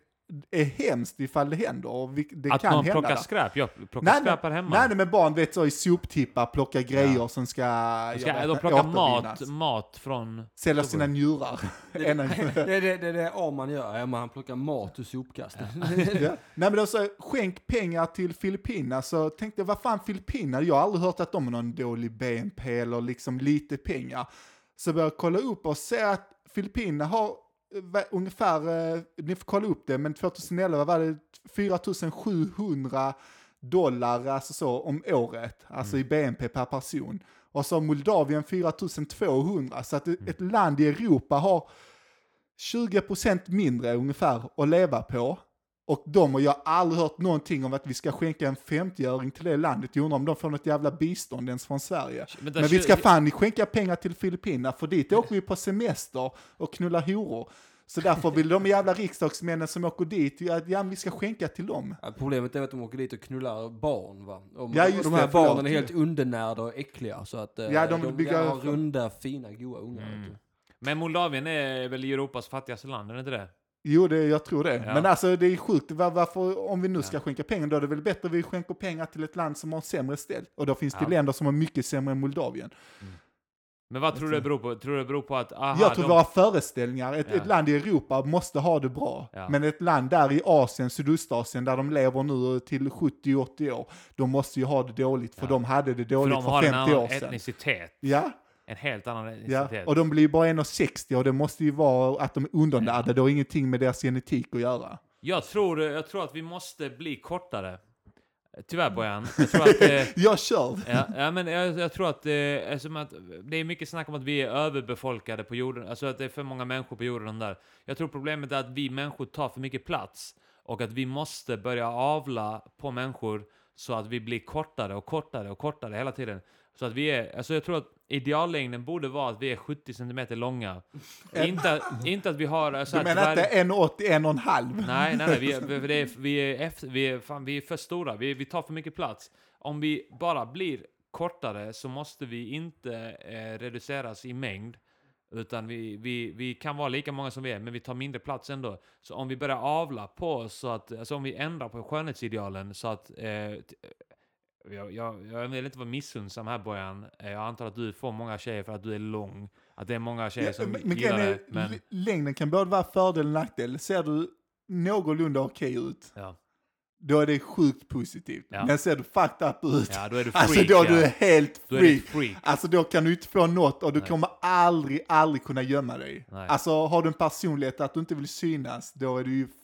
D: är hemskt ifall det händer. Och vilk- det
B: Att
D: kan
B: man
D: hemma.
B: plockar skräp? Jag plockar skräp här hemma.
D: Nej, nej, men barn vet så i soptippar plockar grejer som ska...
B: De
D: jag
B: Ska,
D: vet
B: de
D: inte,
B: plockar
D: återvinnas.
B: mat, mat från...
D: Sälja sina njurar. En- en-
C: Det är det, det, det är A man gör. Ja, man han plockar mat ur sopkasten.
D: Ja. Nej men de sa skänk pengar till Filippinerna så tänkte jag vad fan Filippinerna, jag har aldrig hört att de har någon dålig BNP eller liksom lite pengar. så börjar jag kolla upp och ser att Filippinerna har eh, va- ungefär, eh, ni får kolla upp det, men 2011 var det 4700 dollar alltså så, om året, alltså i BNP per person. Och så har Moldavien 4200, så att ett- ett land i Europa har 20% mindre ungefär att leva på. Och de, och jag har aldrig hört någonting om att vi ska skänka en 50-öring till det landet. Jag undrar om de får något jävla bistånd ens från Sverige.
B: Men
D: Men,
B: där
D: vi
B: kö-
D: ska fan skänka pengar till Filippinerna, för dit åker vi på semester och knullar horor. Så därför vill de jävla riksdagsmännen som åker dit, ja, ja vi ska skänka till dem.
C: Ja, problemet är att de åker dit och knullar barn va? Och
D: Ja, just
C: de här
D: det, förlåt.
C: barnen är helt undernärda och äckliga så att eh,
D: Ja, de
C: de
D: bygger- Mm.
C: gärna har runda, fina, goa ungar. vet du.
B: Men Moldavien är väl Europas fattigaste land, är det inte det?
D: Jo, det, jag tror det.
B: Ja.
D: Men alltså det är sjukt, Var, varför, om vi nu ska skänka pengar, då är det väl bättre vi skänker pengar till ett land som har sämre ställt. Och då finns det
B: Ja.
D: länder som har mycket sämre än Moldavien.
B: Men vad tror du det beror på? Tror du det beror på att... Aha,
D: Alltså- jag tror
B: de...
D: våra föreställningar, ett,
B: Ja.
D: ett land i Europa måste ha det bra.
B: Ja.
D: Men ett land där i Asien, Sydostasien, där de lever nu till 70-80 år, de måste ju ha det dåligt, för
B: Ja.
D: de hade det
B: För
D: dåligt
B: de
D: för,
B: har en
D: 50 år
B: annan
D: sedan.
B: etnicitet.
D: Ja,
B: En helt annan
D: ja,
B: etnicitet.
D: och de blir ju bara 1,60 och det måste ju vara att de är undernärda, det har ingenting med deras genetik att göra.
B: Jag, tror, jag tror att vi måste bli kortare. Tyvärr Bojan. Jag tror att... Eh,
D: Jag kör!
B: ja, ja, men jag, jag tror att, eh, eftersom att det är mycket snack om att vi är överbefolkade på jorden, alltså att det är för många människor på jorden där. Jag tror problemet är att vi människor tar för mycket plats och att vi måste börja avla på människor så att vi blir kortare och kortare och kortare hela tiden. Så att vi är, alltså jag tror att ideallängden borde vara att vi är 70 centimeter långa. inte, att- inte att vi har... Alltså,
D: Du
B: att
D: menar
B: varje-
D: inte 1,80, 1,5?
B: Nej, nej, nej. Vi, är, för det är, vi, är efter, vi, är, fan, vi är för stora. Vi, vi tar för mycket plats. Om vi bara blir kortare så måste vi inte eh, reduceras i mängd. Utan vi, vi, vi kan vara lika många som vi är, men vi tar mindre plats ändå. Så om vi börjar avla på oss, så att, alltså om vi ändrar på skönhetsidealen så att... Eh, t- eh, jag, jag, jag vill inte vara missunnsam här Bojan. Eh, Jag antar att du får många tjejer för att du är lång. Att det är många tjejer
D: Ja,
B: som
D: men- men
B: gillar
D: grejen är,
B: det. Men,
D: l- längden kan både vara fördel och nackdel. Ser du någorlunda okej ut,
B: ja.
D: då är det sjukt positivt.
B: Ja.
D: Men ser du fucked up ut,
B: ja, då är du freak.
D: alltså då är
B: ja.
D: du helt
B: Då är du
D: freak.
B: freak.
D: Alltså då kan du inte få något och du
B: Nej.
D: kommer aldrig, aldrig kunna gömma dig.
B: Nej.
D: Alltså har du en personlighet att du inte vill synas, då är du ju fucked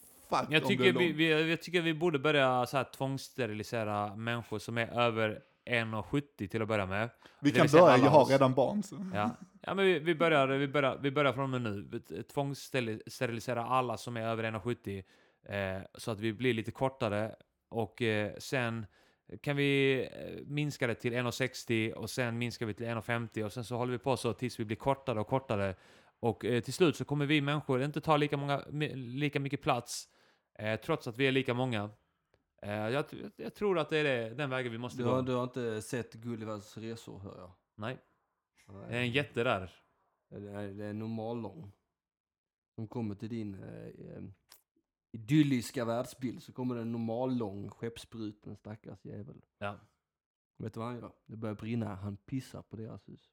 B: Jag
D: om du
B: tycker
D: är
B: vi,
D: lång.
B: vi, jag tycker vi borde börja så här tvångssterilisera människor som är över 1,70 till att börja med.
D: Vi
B: Det
D: kan
B: vill säga
D: börja,
B: alla
D: jag har
B: oss.
D: redan barn. Så.
B: Ja, ja men vi, vi, börjar, vi, börjar, vi börjar från och med nu. Vi Tvångssterilisera alla som är över 1,70 eh, så att vi blir lite kortare och eh, sen kan vi eh, minska det till 1,60 och sen minskar vi till 1,50 och sen så håller vi på så tills vi blir kortare och kortare. Och eh, till slut så kommer vi människor inte ta lika, många, mi- lika mycket plats eh, trots att vi är lika många. Eh, jag, jag tror att det är det, den vägen vi måste
C: Du,
B: gå.
C: har, du har inte sett Gullivers resor hör jag.
B: Nej, det är en
C: Nej,
B: jätte där.
C: det är, det är normallång. Som kommer till din eh, eh, idylliska världsbild så kommer det en normallång skeppsbruten stackars jävel.
B: Ja.
C: Vet du vad han gör? Det börjar brinna, han pissar på deras hus.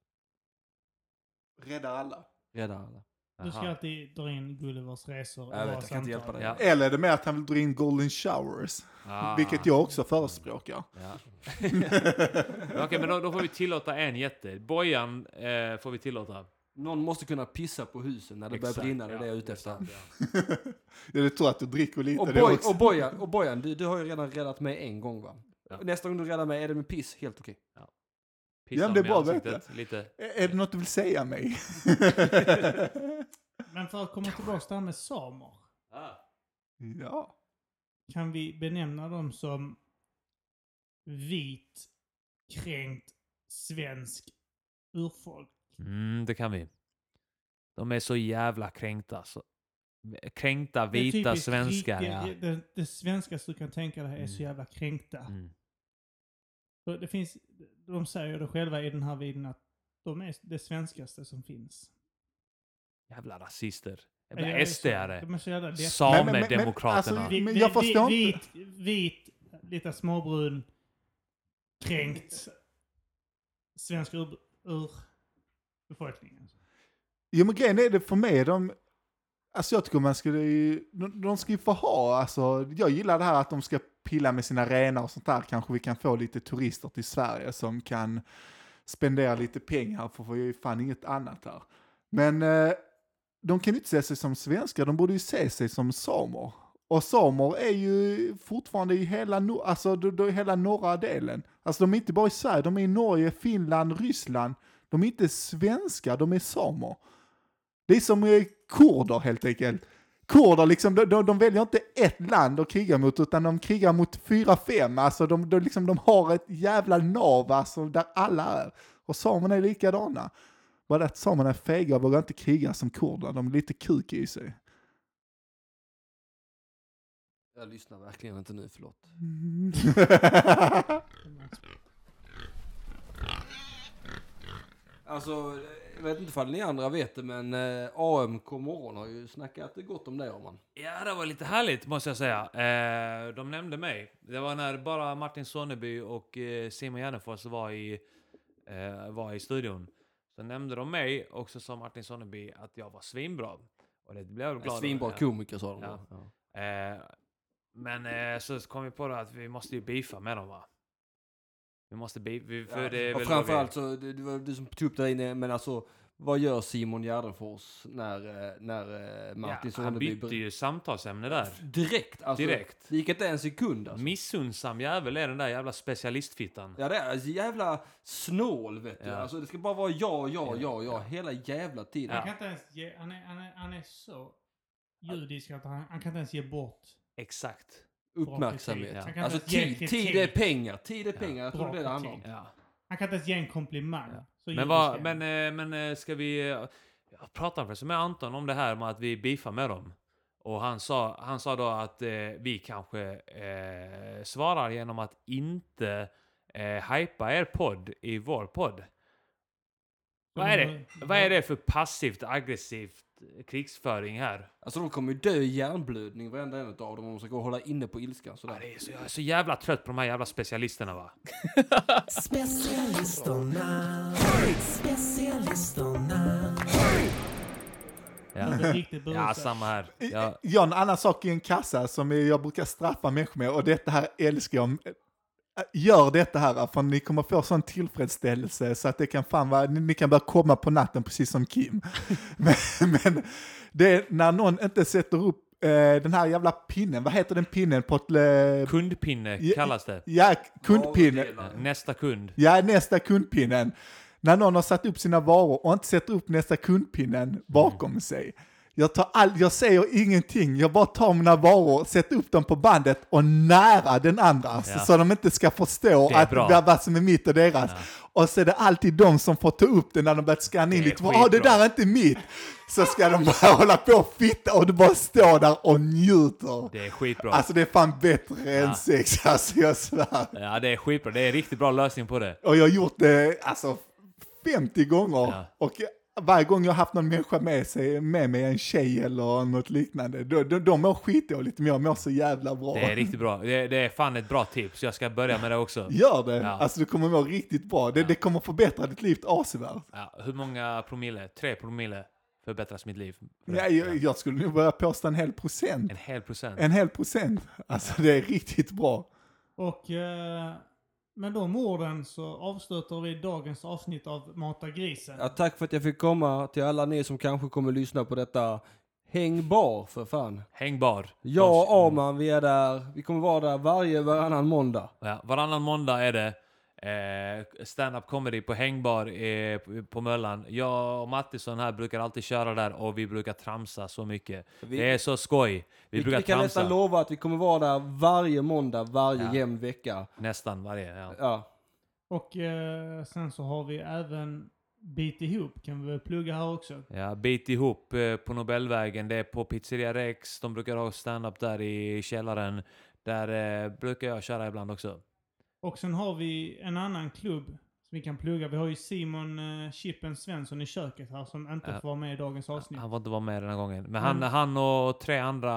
D: Rädda alla.
C: Räddar alla.
A: Du ska
B: Aha.
A: alltid dra in Gullivers resor i
C: Jag vet,
A: våra
C: jag kan inte hjälpa dig.
B: Ja.
D: Eller är det mer att han vill dra in golden showers?
B: Ah.
D: Vilket jag också förespråkar.
B: Ja. Okej, men då, då får vi tillåta en jätte. Bojan eh, får vi tillåta.
C: Någon måste kunna pissa på husen när det börjar
B: Exakt,
C: brinna, det är det jag är ute efter.
B: exakt,
D: Jag är tur att du dricker lite
C: Och,
D: det
C: boy,
D: också.
C: och, bojan, och Bojan, du, du har ju redan räddat mig en gång va?
B: Ja.
C: Nästa gång du räddar mig är det med piss, helt okej.
B: Pissa
D: Ja, men det
B: mig
D: är
B: i
D: bra att
B: ansiktet Lite.
D: Är är det något du vill säga mig?
A: Men för att komma tillbaka till det här med samer.
D: ja.
A: Kan vi benämna dem som vit, kränkt, svensk urfolk?
B: Mm, det kan vi. De är så jävla kränkta. Så. Kränkta
A: Det är
B: vita
A: typiskt
B: svenskar.
A: rike-
B: Ja.
A: Det, det svenskaste du kan tänka dig är så jävla kränkta.
B: Mm.
A: För Det finns, de säger det själva i den här videon att de är det svenskaste som finns.
B: Jävla rasister.
A: Jag
B: Jävla
A: är så-
B: SD-are.
A: De är så jävla deppiga.
D: Men- men- men- men-
B: Samedemokraterna.
D: alltså,
A: Vi-
D: Men
A: vi-
D: jag
A: vi-
D: förstår
A: vit,
D: inte.
A: Vit, lite småbrun, kränkt, svensk ur, ur befolkningen.
D: Jo men grejen är det för mig, de, alltså jag tycker man skulle ju, de, de ska ju få ha, alltså jag gillar det här att de ska pilla med sina renar och sånt där, kanske vi kan få lite turister till Sverige som kan spendera lite pengar för vi har ju fan inget annat här. Men eh, de kan ju inte se sig som svenskar, de borde ju se sig som samer. Och samer är ju fortfarande i hela, no- alltså, då, då, i hela norra delen. Alltså de är inte bara i Sverige, de är i Norge, Finland, Ryssland. De är inte svenskar, de är samer. Det är som eh, kurder helt enkelt. Kurder, liksom, de, de, de väljer inte ett land att kriga mot, utan de krigar mot fyra, fem. Alltså de, de, liksom, de har ett jävla nav alltså, där alla är. Och samerna är likadana. Bara det att samerna är fega och vågar inte kriga som kurder. De är lite kuk i sig.
C: Jag lyssnar verkligen inte nu, förlåt. Alltså, jag vet inte ifall ni andra vet det, men eh, AMK morgon har ju snackat gott om det, om man.
B: Ja, det var lite härligt måste jag säga. Eh, de nämnde mig. Det var när bara Martin Sonneby och eh, Simon Gärdenfors var i, eh, var i studion. Så nämnde de mig och så sa Martin Sonneby att jag var svinbra. Och det blev jag glad
C: Svinbra
B: över.
C: komiker, sa de. då.
B: Ja.
C: Ja.
B: Eh, men eh, så kom vi på det att vi måste ju beefa med dem va? Vi måste beefa, vi, för det är väl
C: och
B: då vi-
C: framförallt så, det, det var du som tog upp det här inne, men alltså, vad gör Simon Gärdenfors när, eh, när eh, Martin
B: ja, Han
C: Sonneby...
B: bytte ju samtalsämne där.
C: Direkt! Alltså,
B: Direkt.
C: Det gick inte en sekund alltså.
B: Missunnsam jävel är den där jävla specialistfittan.
C: Ja det är alltså, jävla snål vet du.
B: Ja.
C: Alltså det ska bara vara ja, ja, ja, ja
B: Ja.
C: hela jävla
A: Han
C: tiden.
A: kan inte ens ge, han är, han är, han är så judisk att han, han kan inte ens ge bort
B: Exakt.
A: Bra
C: Uppmärksamhet.
A: kritik. Ja.
C: Alltså
A: Han kan inte
C: tid,
A: ge
C: tid är
A: kritik.
C: pengar. Tid är
B: Ja.
C: pengar. Jag tror
A: Bra
C: det är det handlar om.
A: kritik.
B: Ja.
A: Han kan inte ens ge en komplimang.
B: Ja.
A: Så
B: Men,
A: judisk är
B: vad,
A: han.
B: men, eh, men eh, ska vi... eh, Jag pratade förresten med Anton om det här med att vi beefar med dem. Och han sa, han sa då att eh, vi kanske eh, svarar genom att inte eh, hypa er podd i vår podd. Vad är
A: Mm,
B: det, vad är det för passivt aggressivt eh, krigsföring här?
C: Alltså de kommer ju dö i hjärnblödning varenda en av dem om de ska gå och hålla inne på ilskan
B: Ja,
C: sådär.
B: det är så, jag är så jävla trött på de här jävla specialisterna va.
F: Specialisterna. Specialisterna.
A: Han
B: Ja,
A: är Riktigt
B: ja
A: berusad.
B: samma här. Ja.
D: Ja, en annan sak i en kassa som jag brukar straffa människor med och detta här älskar jag. Eh, Gör detta här för ni kommer få sån tillfredsställelse så att det kan fan vara, ni, ni kan börja komma på natten precis som Kim. men, men det är när någon inte sätter upp eh, den här jävla pinnen, vad heter den pinnen på ett... eh,
B: Kundpinne
D: Ja,
B: kallas det.
D: Ja, kundpinne.
B: Ja, Nästa kund.
D: Ja, nästa kundpinnen. När någon har satt upp sina varor och inte sätter upp nästa kundpinnen bakom
B: Mm.
D: sig. Jag, tar all, jag säger ingenting, jag bara tar mina varor, sätter upp dem på bandet och nära den andra. Så,
B: Ja.
D: så de inte ska förstå
B: Det är
D: att
B: bra.
D: vad- vad som är mitt och deras. Och så är det alltid de som får ta upp det när de börjar scanna in
B: Det är
D: lite. Ja, det
B: skitbra.
D: där är inte mitt. Så ska de bara hålla på och fitta och du bara står där och njuter.
B: Det är skitbra.
D: Alltså det är fan bättre
B: Ja.
D: än sex, alltså jag svär.
B: Ja, det är skitbra. Det är en riktigt bra lösning på det.
D: Och jag har gjort det alltså 50 gånger.
B: Ja.
D: Och varje gång jag har haft någon människa med, sig, med mig, en tjej eller något liknande, de, de, de mår skitdåligt men jag mår så jävla bra.
B: Det är riktigt bra. Det, det är fan ett bra tips. Jag ska börja med det också.
D: Gör det!
B: Ja.
D: Alltså du kommer må riktigt bra. Det,
B: Ja.
D: det kommer förbättra ditt liv avsevärt.
B: Ja, hur många promille? Tre promille förbättras mitt liv.
D: Ja, jag, jag skulle nog börja påstå en hel procent.
B: En hel procent.
D: En hel procent. Alltså det är riktigt bra.
A: Och eh, med de orden så avslutar vi dagens avsnitt av Mata grisen.
C: Ja, tack för att jag fick komma till alla ni som kanske kommer lyssna på detta. Häng bar för fan.
B: Hängbar.
C: Jag och Arman, vi är där. Vi kommer vara där varje, varannan måndag.
B: Ja, varannan måndag är det eh, stand-up comedy på Hängbar eh, på- på Möllan. Jag och Mattisson här brukar alltid köra där och vi brukar tramsa så mycket.
C: Vi-
B: det är så skoj. Vi,
C: Vi, vi,
B: brukar
C: kan
B: tramsa
C: nästan lova att vi kommer vara där varje måndag, varje
B: Ja.
C: jämn vecka.
B: nästan varje. Ja.
C: Ja.
A: Och eh, sen så har vi även Bit ihop kan vi väl plugga här också.
B: Ja, bit ihop eh, på Nobelvägen. Det är på Pizzeria Rex. De brukar ha stand-up där i källaren. Där eh, brukar jag köra ibland också.
A: Och sen har vi en annan klubb som vi kan plugga. Vi har ju Simon eh, Chippen Svensson i köket här som inte
B: Ja.
A: får vara med i dagens avsnitt.
B: Han får inte vara med den här gången. Men han,
A: Mm.
B: han och tre andra,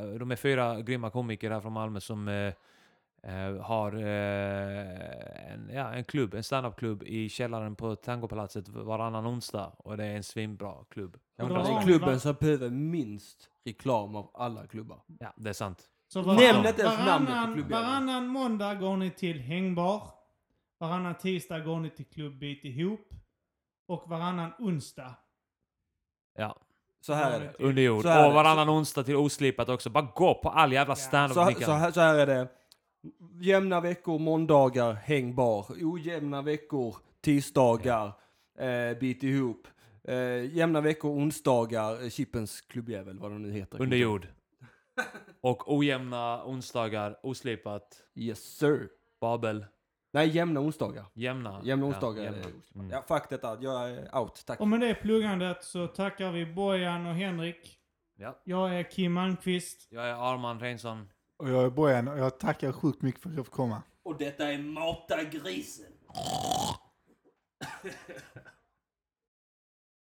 B: eh, de är fyra grymma komiker här från Malmö som eh, eh, har eh, en, ja, en klubb, en standup-klubb i källaren på Tangopalatset varannan onsdag. Och det är en svinbra klubb.
A: Och då
C: Det
A: har
C: är
A: vi
C: klubben
A: var-
C: som behöver minst reklam av alla klubbar.
B: Ja, det är sant.
A: Så
C: Nämn inte ens namnet på
A: varannan,
C: klubben.
A: varannan måndag går ni till Hängbar. Varannan tisdag går ni till klubbbit ihop. Och varannan onsdag.
B: Ja,
C: Så här är det.
B: under jord. Och
C: Så här är det.
B: varannan onsdag till oslipat också. Bara gå på all jävla standup
C: Så, här-
B: Mikael.
C: så, här, så här är det. Jämna veckor, måndagar, häng bar. Ojämna veckor, tisdagar, eh, bit ihop. Eh, jämna veckor, onsdagar, eh, Chippens klubbjävel, vad de nu heter.
B: Under jord. Och ojämna onsdagar, oslipat,
C: Yes sir.
B: Babel,
C: Nej, jämna onsdagar.
B: jämna.
C: Jämna onsdagar.
B: Ja,
C: Ja,
B: jämna. Mm.
C: ja fuck detta, jag är out. Tack.
A: Och med det pluggandet så tackar vi Bojan och Henrik.
B: Ja.
A: Jag är Kim Malmqvist.
B: Jag är Arman Reinsson.
D: Och jag är Bojan och jag tackar sjukt mycket för att jag fick komma.
C: Och detta är Mata grisen.